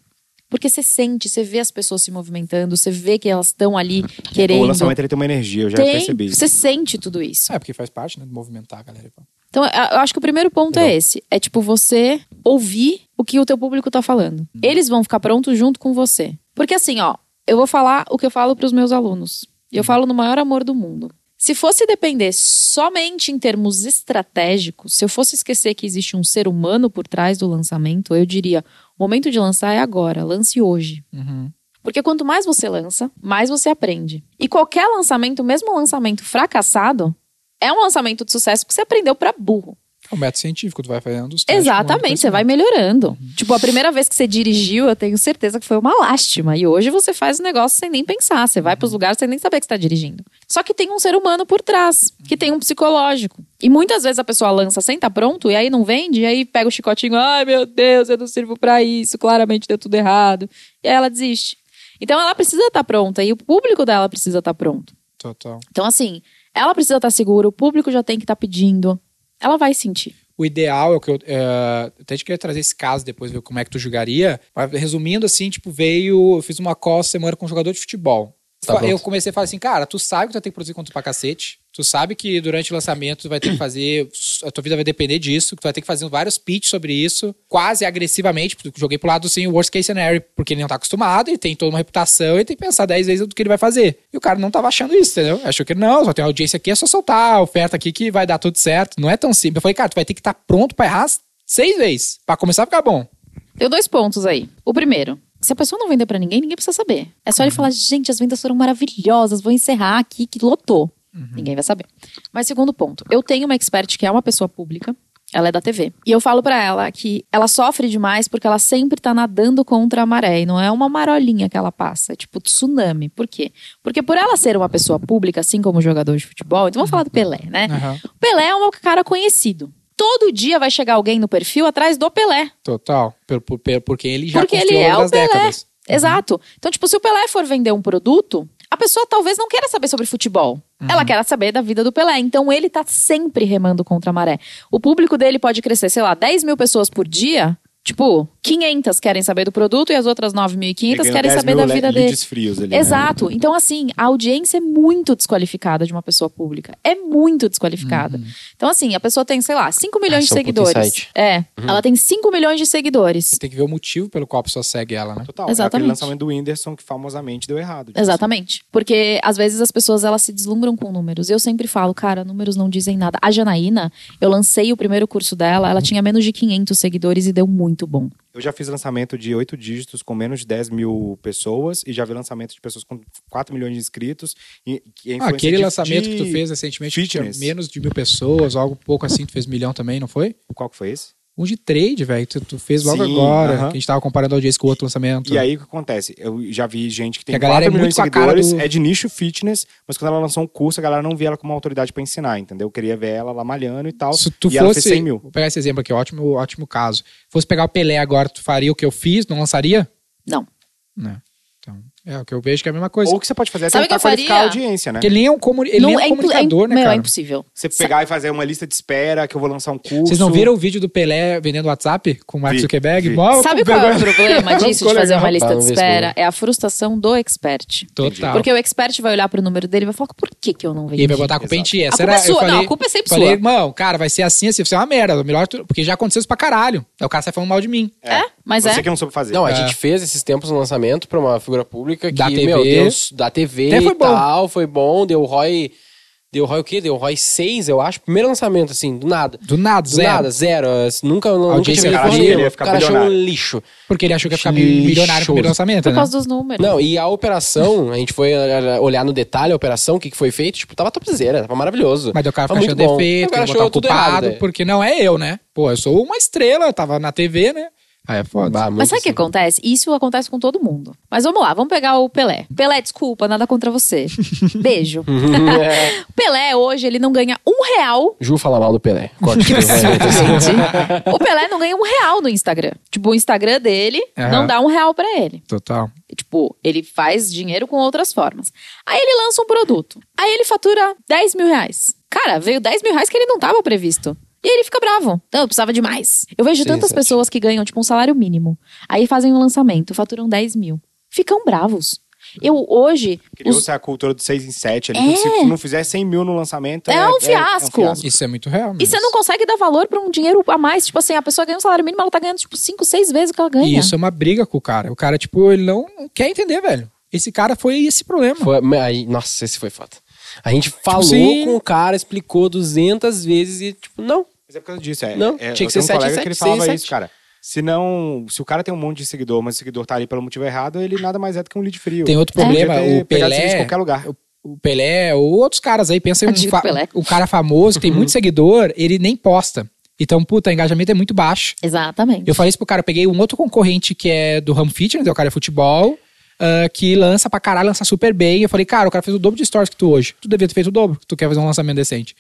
Porque você sente, você vê as pessoas se movimentando, você vê que elas estão ali querendo. O lançamento ele tem uma energia, eu já é tem, percebi. você sente tudo isso. É, porque faz parte, né, de movimentar a galera. Então, eu eu acho que o primeiro ponto é esse. É tipo você ouvir o que o teu público tá falando. Eles vão ficar prontos junto com você. Porque assim, ó, eu vou falar o que eu falo pros meus alunos. E eu falo no maior amor do mundo. Se fosse depender somente em termos estratégicos, se eu fosse esquecer que existe um ser humano por trás do lançamento, eu diria: o momento de lançar é agora, lance hoje. Uhum. Porque quanto mais você lança, mais você aprende. E qualquer lançamento, mesmo um lançamento fracassado, é um lançamento de sucesso porque você aprendeu pra burro. É um método científico, tu vai fazendo os testes, Exatamente, você vai acumulando melhorando. Tipo, a primeira vez que você dirigiu, eu tenho certeza que foi uma lástima. E hoje você faz o negócio sem nem pensar. Você vai pros lugares sem nem saber que está dirigindo. Só que tem um ser humano por trás, que tem um psicológico. E muitas vezes a pessoa lança sem tá pronto, e aí não vende, e aí pega o chicotinho, ai meu Deus, eu não sirvo pra isso, claramente deu tudo errado. E aí ela desiste. Então ela precisa estar pronta, e o público dela precisa estar pronto. conhecimento. Total. Então, assim, ela precisa estar segura, o público já tem que estar pedindo. Ela vai sentir. O ideal é o que eu. é, até te queria trazer esse caso depois, ver como é que tu julgaria. Mas resumindo, assim, tipo, veio. Eu fiz uma call semana com um jogador de futebol. Tá eu pronto. comecei a falar assim, cara, tu sabe que tu vai ter que produzir conteúdo pra cacete. Tu sabe que durante o lançamento tu vai ter que fazer. (clears throat) A tua vida vai depender disso. Que tu vai ter que fazer vários pitches sobre isso. Quase agressivamente. Porque eu joguei pro lado, assim, o worst case scenario. Porque ele não tá acostumado, ele tem toda uma reputação, ele tem que pensar 10 vezes do que ele vai fazer. E o cara não tava achando isso, entendeu? Achou que não, só tem audiência aqui, é só soltar a oferta aqui que vai dar tudo certo. Não é tão simples. Eu falei, cara, tu vai ter que estar pronto pra errar seis vezes. Pra começar a ficar bom. Tem dois pontos aí. O primeiro, se a pessoa não vender pra ninguém, ninguém precisa saber. É só ele falar, gente, as vendas foram maravilhosas, vou encerrar aqui que lotou. Ninguém vai saber. Mas segundo ponto, eu tenho uma expert que é uma pessoa pública, ela é da TV. E eu falo pra ela que ela sofre demais porque ela sempre tá nadando contra a maré, e não é uma marolinha que ela passa, é tipo tsunami. Por quê? Porque por ela ser uma pessoa pública, assim como jogador de futebol, então vamos falar do Pelé, né? Aham. O Pelé é um cara conhecido. Todo dia vai chegar alguém no perfil atrás do Pelé. Total. Por, por, por- porque ele já Porque ele construiu ao é longo das o Pelé. décadas. Exato. Então, tipo, se o Pelé for vender um produto, a pessoa talvez não queira saber sobre futebol. Ela quer saber da vida do Pelé. Então, ele tá sempre remando contra a maré. O público dele pode crescer, sei lá, 10 mil pessoas por dia. Tipo, 500 querem saber do produto e as outras 9.500 querem saber da vida dele. Frios ali, né? Exato. Então, assim, a audiência é muito desqualificada de uma pessoa pública. É muito desqualificada. Então, assim, a pessoa tem, sei lá, 5 milhões de Esse é um puta seguidores. insight. É. Ela tem 5 milhões de seguidores. Você tem que ver o motivo pelo qual a pessoa segue ela, né? Total. É aquele Exatamente. lançamento do Whindersson que famosamente deu errado. tipo Exatamente. Porque às vezes as pessoas elas se deslumbram com números. Eu sempre falo, cara, números não dizem nada. A Janaína, eu lancei o primeiro curso dela, ela tinha menos de 500 seguidores e deu muito bom. assim. Eu já fiz lançamento de oito dígitos com menos de 10 mil pessoas e já vi lançamento de pessoas com 4 milhões de inscritos. E, e a Ah, influência aquele de- lançamento de- que tu fez recentemente, que tinha fitness. menos de mil pessoas, algo pouco assim, tu fez milhão também, não foi? Qual que foi esse? Um de trade, velho, que tu, tu fez logo Sim, agora, aham. que a gente tava comparando a audiência com o outro lançamento. E aí o que acontece? Eu já vi gente que tem Que a galera 4 é milhões de muito com a cara seguidores, do- é de nicho fitness, mas quando ela lançou um curso, a galera não via ela como uma autoridade pra ensinar, entendeu? Eu queria ver ela lá malhando e tal. Se tu e ela fez fosse. 100 mil. Vou pegar esse exemplo aqui, ótimo, ótimo caso. Fosse pegar o Pelé agora, tu faria o que eu fiz, não lançaria? Não. Não. Então, é o que eu vejo que é a mesma coisa. Ou o que você pode fazer é Sabe o que tentar eu faria? qualificar a audiência, né? Porque ele nem é um, comuni... ele nem é um impo- comunicador, né, meu, cara? é impossível. Você pegar e fazer uma lista de espera, que eu vou lançar um curso. Vocês não viram o vídeo do Pelé vendendo WhatsApp com o Mark Vi, Zuckerberg? vi. Mó- Sabe qual é o problema disso de Ficou fazer legal. uma lista de Vamos ver se espera? eu- É a frustração do expert. Total. Porque o expert vai olhar pro número dele e vai falar, por que, que eu não E vendi? aí vai botar a culpa em Exato. ti. Essa culpa era, é sua. Eu Não, falei, a culpa é sempre falei, sua. irmão, cara, vai ser assim, assim, você é uma merda. Melhor tu- Porque já aconteceu isso pra caralho. Aí o cara sai falando mal de mim. É, mas Você é. que não soube fazer. Não, a É. gente fez esses tempos um lançamento pra uma figura pública que, Da TV. meu Deus, da TV Até foi e bom. tal, foi bom, deu ROI Deu ROI o quê? Deu ROI 6, eu acho. Primeiro lançamento, assim, do nada. Do nada, Do zero. nada, zero. Eu Nunca, nunca audiência tive cara porra achou que ele nenhuma. ia O ficar cara achou um bilionário. lixo. Porque ele achou que ia ficar Lixoso. milionário no primeiro lançamento, Por né? causa dos números. Não, e a operação, a gente foi eh, olhar no detalhe a operação, o que, que foi feito, tipo, tava topzera, tava maravilhoso. Mas o cara Tava fica achando É muito bom. defeito, O cara tem que botar achou o tudo culpado, errado. é. porque não é eu, né? Pô, eu sou uma estrela, eu tava na TV, né? Aí é foda. Bah, muito Mas sabe o que assim. acontece? Isso acontece com todo mundo. Mas vamos lá, vamos pegar o Pelé. Pelé, desculpa, nada contra você. Beijo. (laughs) É. Pelé, hoje, ele não ganha um real. Ju fala mal do Pelé. (laughs) Corte. né? Gente, o Pelé não ganha um real no Instagram. Tipo, o Instagram dele Aham. não dá um real pra ele. Total. Tipo, ele faz dinheiro com outras formas. Aí ele lança um produto. Aí ele fatura 10 mil reais. Cara, veio 10 mil reais que ele não tava previsto. E aí ele fica bravo. Não, eu precisava de mais. Eu vejo Sim, tantas exato. pessoas que ganham, tipo, um salário mínimo. Aí fazem um lançamento, faturam 10 mil. Ficam bravos. Eu hoje. os- Criou-se a cultura do 6 em 7 ali. É. Se não fizer 100 mil no lançamento. É um fiasco. Isso é muito real. E você não consegue dar valor pra um dinheiro a mais. Tipo assim, a pessoa ganha um salário mínimo, ela tá ganhando, tipo, 5, 6 vezes o que ela ganha. E isso é uma briga com o cara. O cara, tipo, ele não não quer entender, velho. Esse cara foi esse problema. Foi- mas aí- nossa, esse foi foda. A gente falou assim- com o cara, explicou 200 vezes e, tipo, não. Mas é por causa disso. É, Não, é, tinha que eu ser tenho um sete, colega sete, que ele seis, falava sete. isso, cara. Se não, se o cara tem um monte de seguidor, mas o seguidor tá ali pelo motivo errado, ele nada mais é do que um lead frio. Tem outro Ele podia problema, ter o pegado esse Pelé- lead de qualquer lugar. o Pelé ou outros caras aí, pensa em Eu um, digo fa- Pelé. um cara famoso que tem Uhum. muito seguidor, ele nem posta. Então, puta, engajamento é muito baixo. Exatamente. Eu falei isso pro cara, eu peguei um outro concorrente que é do ramo fitness, o cara é futebol, ah, que lança pra caralho, lança super bem. Eu falei, cara, o cara fez o dobro de stories que tu hoje. Tu devia ter feito o dobro, que tu quer fazer um lançamento decente.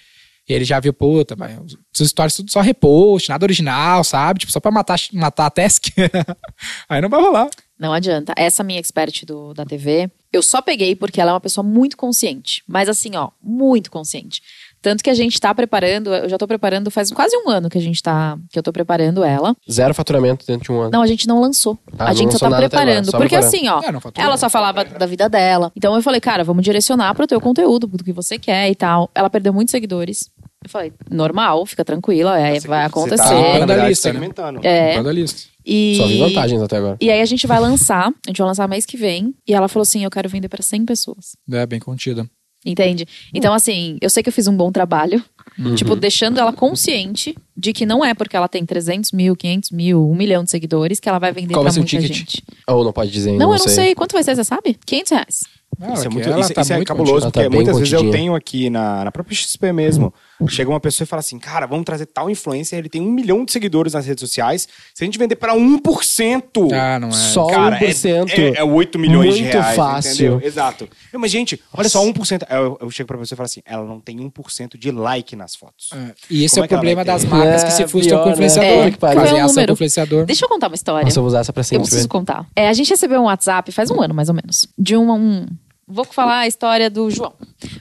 E ele já viu, puta, mas os stories tudo só repost, nada original, sabe? Tipo, só pra matar, matar a task. (laughs) aí não vai rolar. Não adianta. Essa minha expert do- da TV, eu só peguei porque ela é uma pessoa muito consciente. Mas assim, ó, muito consciente. Tanto que a gente tá preparando, eu já tô preparando faz quase um ano que a gente tá, que eu tô preparando ela. Zero faturamento dentro de um ano. Não, a gente não lançou. Ah, a não gente só lançou tá nada até agora, preparando. só Porque preparando. assim, ó, É, não faturou. ela só falava da vida dela. Então eu falei, cara, vamos direcionar pro teu conteúdo, pro que você quer e tal. Ela perdeu muitos seguidores. Eu falei, normal, fica tranquila, é, Você vai tá, acontecer. na verdade, Vandalista, né? segmentando. É. Manda a lista. E... Só vi vantagens até agora. E aí a gente vai lançar, a gente vai lançar mês que vem, e ela falou assim: eu quero vender pra 100 pessoas. É, bem contida. Entende? Então, assim, eu sei que eu fiz um bom trabalho, Uhum. tipo, deixando ela consciente de que não é porque ela tem 300 mil, 500 mil, 1 milhão de seguidores que ela vai vender Qual vai pra ser o muita ticket? gente. Ou não pode dizer ainda, Não, eu não sei. Quanto vai ser, você sabe? 500 reais. Não, Isso é, que muito, ela isso, tá isso é muito cabuloso, contida. porque Ela tá bem muitas vezes eu contidinha. tenho aqui na, na própria XP mesmo. Chega uma pessoa e fala assim: cara, vamos trazer tal influencer, ele tem um milhão de seguidores nas redes sociais. Se a gente vender pra 1%. Ah, não é. Só Cara, 1%. É, é, é 8 milhões de Muito reais. fácil. Entendeu? Exato. Não, mas, gente, olha só, 1%. Aí Eu, eu chego pra pessoa e falo assim: ela não tem 1% de like nas fotos. É. E esse Como é é o que ela vai problema das ter? marcas que É, se frustram com pior, o né? influenciador. É, que pariu. Qual Fazem é o ação com número? o influenciador. Deixa eu contar uma história. Nossa, eu vou usar essa pra Eu sempre. preciso velho. contar. É, a gente recebeu um WhatsApp faz um ano, mais ou menos. De um. um- Vou falar a história do João.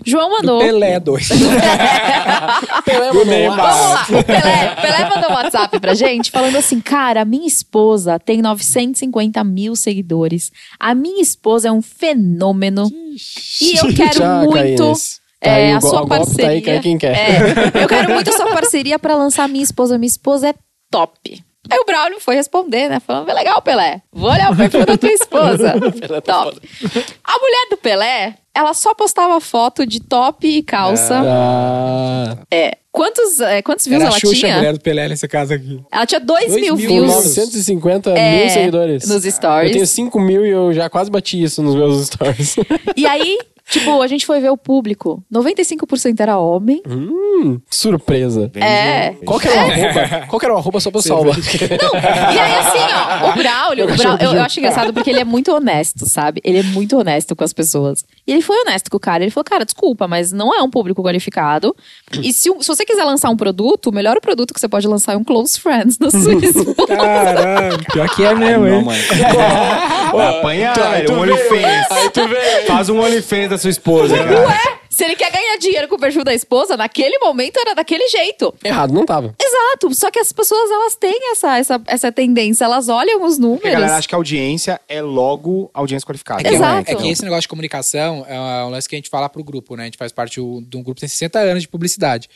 João Do mandou. Pelé 2. Do Neymar. (laughs) Vamos lá. O Pelé, o Pelé mandou um WhatsApp pra gente falando assim: cara, a minha esposa tem 950 mil seguidores. A minha esposa é um fenômeno. (laughs) E eu quero Tchau, muito. Kainis. Tá é, aí o a go- sua o golpe tá aí, parceria. cai quem quer. É, eu quero muito a sua parceria pra lançar minha esposa. Minha esposa é top. Aí o Braulio foi responder, né? Falando, legal, Pelé. Vou olhar o perfil da tua esposa. top. A mulher do Pelé, ela só postava foto de top e Tá. calça. Ah, É. Quantos, é, quantos views Era a ela Xuxa, né? tinha? a mulher do Pelé nesse caso aqui. Ela tinha 2 mil, views 950 É, mil seguidores. nos stories. Eu tenho 5 mil e eu já quase bati isso nos meus stories. (laughs) E aí, tipo, a gente foi ver o público. 95% era homem. hum, surpresa. Vende, um É. vende. Qual que era o arroba? Qual que era o arroba só pra eu salvar? (laughs) E aí, assim, ó, o Braulio, o Braulio- eu, eu acho engraçado porque ele é muito honesto, sabe? Ele é muito honesto com as pessoas. E ele foi honesto com o cara. Ele falou, cara, desculpa, mas não é um público qualificado. E se, o- se você quiser lançar um produto, o melhor produto que você pode lançar é um Close Friends (laughs) na Suíça. Caramba, pior que é mesmo, Não, (laughs) hein? mano. Apanha, velho. Um OnlyFans. Faz um OnlyFans da sua esposa, cara. se ele quer ganhar dinheiro com o perfil da esposa, naquele momento era daquele jeito. Errado, não tava. Exato. Só que as pessoas, elas têm essa, essa, essa tendência. Elas olham os números. Porque a galera acha que a audiência é logo audiência qualificada. Né? É que- Exato. É que esse negócio de comunicação é um lance que a gente fala pro grupo, né? A gente faz parte o- de um grupo que tem 60 anos de publicidade.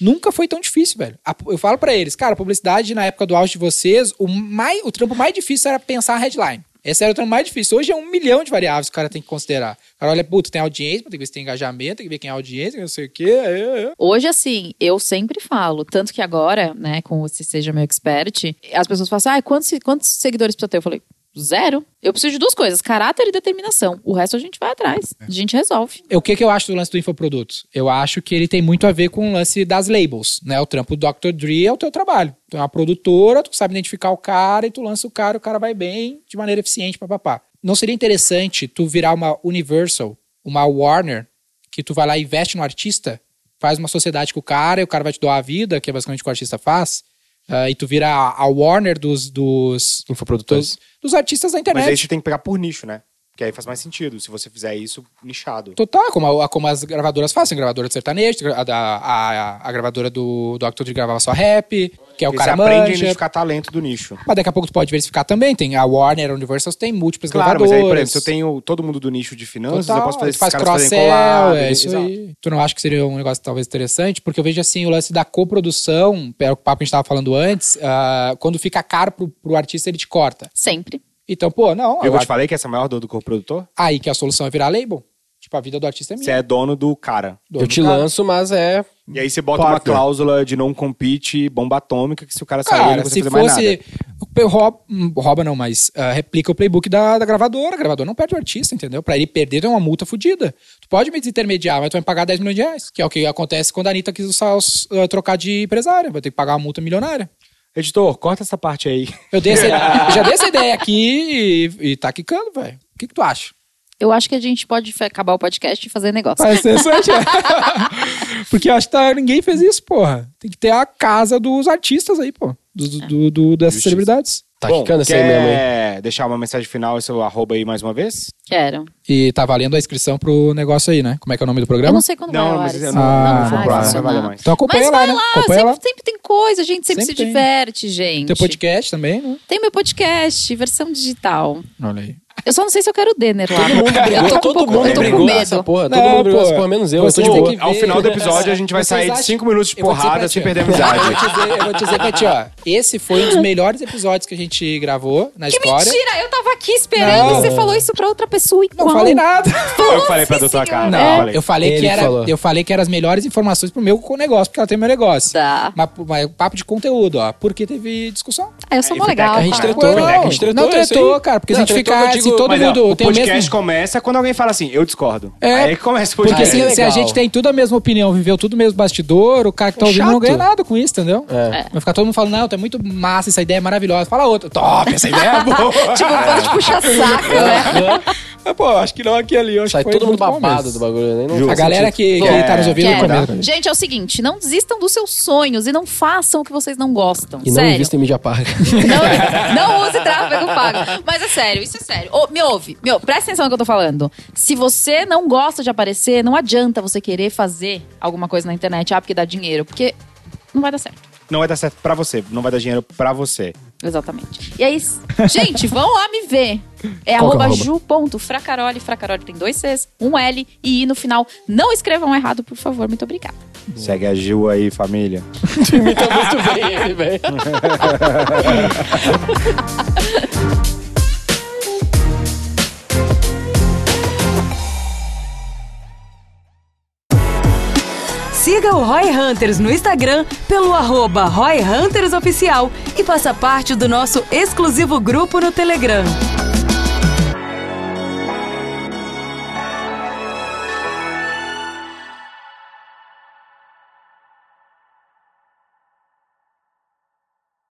Nunca foi tão difícil, velho. A- Eu falo pra eles, cara, a publicidade na época do auge de vocês, o, mais, o trampo mais difícil era pensar a headline. Essa era o trampo mais difícil. Hoje é um milhão de variáveis que o cara tem que considerar. O cara olha, puta, tem audiência, tem que ver se tem engajamento, tem que ver quem é a audiência, não sei o quê. é, é, é. Hoje, assim, eu sempre falo, tanto que agora, né, com o Se Seja Meu Expert, as pessoas falam assim, ah, quantos, quantos seguidores precisa ter? Eu falei, zero. Eu preciso de duas coisas, caráter e determinação. O resto a gente vai atrás, a gente resolve. O que, que eu acho do lance do infoproduto? Eu acho que ele tem muito a ver com o lance das labels, né? O trampo do Dr. Dre é o teu trabalho. Tu é uma produtora, tu sabe identificar o cara e tu lança o cara, o cara vai bem de maneira eficiente, papapá. Não seria interessante tu virar uma Universal, uma Warner, que tu vai lá e investe no artista, faz uma sociedade com o cara e o cara vai te doar a vida, que é basicamente o que o artista faz, ah, e tu vira a a Warner dos, dos, Infoprodutores. dos, dos artistas da internet. Mas aí você tem que pegar por nicho, né? Porque aí faz mais sentido, se você fizer isso nichado. Total, como, a- como as gravadoras fazem, gravadora de sertanejo, a, da- a, a gravadora do, do Dr. Dre gravava só rap, que é o Porque cara você aprende a manja. identificar talento do nicho. Mas daqui a pouco tu pode diversificar também, tem a Warner, a Universal, tem múltiplas Claro, mas gravadoras. aí, por exemplo, se eu tenho todo mundo do nicho de finanças, Total, eu posso fazer tu esses faz caras fazerem cross-sell, collab. é isso exato. aí. Tu não acha que seria um negócio talvez interessante? Porque eu vejo assim o lance da coprodução, é o papo que a gente tava falando antes, ah, quando fica caro pro, pro artista, ele te corta. Sempre. Então, pô, não, Eu eu vou te acho- falei que essa é a maior dor do co-produtor? aí que a solução é virar label. Tipo, a vida do artista é minha. Você é dono do cara. do Eu te cara. lanço, mas é. E aí você bota uma Partner. cláusula de não compete, bomba atômica, que se o cara sair, ele não Cara, consegue se fazer mais nada. fosse. o Rouba, rouba não, mas ah, replica o playbook da, da gravadora. A gravadora não perde o artista, entendeu? Pra ele perder é uma multa fodida. Tu pode me desintermediar, mas tu vai me pagar 10 milhões de reais. Que é o que acontece quando a Anitta quis usar os- ah, trocar de empresária. Vai ter que pagar uma multa milionária. Editor, corta essa parte aí. Eu dei essa, eu já dei essa ideia aqui e, e tá quicando, velho. O que, que tu acha? Eu acho que a gente pode fe- acabar o podcast e fazer negócio. Parece interessante, né? (laughs) Porque eu acho que tá- ninguém fez isso, porra. Tem que ter a casa dos artistas aí, pô. Do, do- do- do- dessas Justiça. celebridades. Tá Bom, assim quicando essa aí mesmo, hein? quer deixar uma mensagem final, seu arroba aí mais uma vez? Quero. E tá valendo a inscrição pro negócio aí, né? Como é que é o nome do Eu programa? não sei quando Não, vai ao ar mas isso. eu não- não vai vou procurar, funcionar. não vai lá mais. Então acompanha Mas lá, vai né? lá, Acompanha sempre, lá. sempre tem coisa, a gente sempre, Sempre se tem. diverte, gente. Tem podcast também, né? Tem meu podcast, versão digital. Olha aí. Eu só não sei se eu quero o Denner lá. Todo mundo brigou, eu tô com, um todo pouco- mundo eu tô com brigou essa medo. porra, todo Não, mundo brigou pô, essa porra, menos eu, eu tô vocês de têm boa. que- Ao ver. final do episódio, a gente vai Então, Vocês sair de acham- 5 minutos de Eu vou dizer pra porrada ti, sem ó. perder a Eu (laughs) amizade. vou dizer, eu vou dizer pra ti, ó. Esse foi um (laughs) dos melhores episódios que a gente gravou na Que história. mentira! Eu tava aqui esperando Não. você falou isso pra outra pessoa igual. assim, Não falei nada. Eu que falei pra doutora né? Carla. Não, É. falei. eu falei Ele que era, falou. eu falei que eram as melhores informações pro meu negócio, porque ela tem meu negócio. Tá. Mas, mas é papo de conteúdo, ó. Porque teve discussão. Ah, eu sou Aí mó fica legal. que a A gente cara. tretou, Não, né? A gente tretou. não é isso aí. tretou, cara, porque se a gente tretou que eu ficar digo- assim, todo Mas, ó, mundo o tem o podcast mesmo... começa quando alguém fala assim, eu discordo. É, aí começa o Porque podcast. se, legal. se a gente tem tudo a mesma opinião, viveu tudo o mesmo bastidor, o cara que tá ouvindo não chato. ganha nada com isso, entendeu? É. Vai ficar todo mundo falando, não, tá muito massa, essa ideia é maravilhosa. Fala outra. (laughs) Top, essa ideia é boa. Tipo, pode puxar saco, né? Ah, Pô, acho que não aqui ali. eu Acho Sai que foi todo mundo muito bom babado do mesmo. bagulho, né? Não Justo. A faz galera sentido. que, que Quer- tá nos ouvindo Quero. comenta. com Gente, é o seguinte, não desistam dos seus sonhos e não façam o que vocês não gostam. E não sério. invista em mídia paga. Não, (laughs) não use tráfego pago. Mas é sério, isso é sério. Ô, me ouve, me ouve, presta atenção no que eu tô falando. Se você não gosta de aparecer, não adianta você querer fazer alguma coisa na internet, ah, porque dá dinheiro, porque não vai dar certo. Não vai dar certo pra você, não vai dar dinheiro pra você. Exatamente. E (laughs) aí, s- gente, vão lá me ver. Qual que É é o arroba arroba? ju.fracaroli. Fracaroli tem dois Cs, um L e I no final. Não escrevam errado, por favor. Muito obrigada. Segue a Gil aí, família. Imita Então, muito bem ele, velho. Siga o Roy Hunters no Instagram pelo arroba Roy Hunters Oficial e faça parte do nosso exclusivo grupo no Telegram.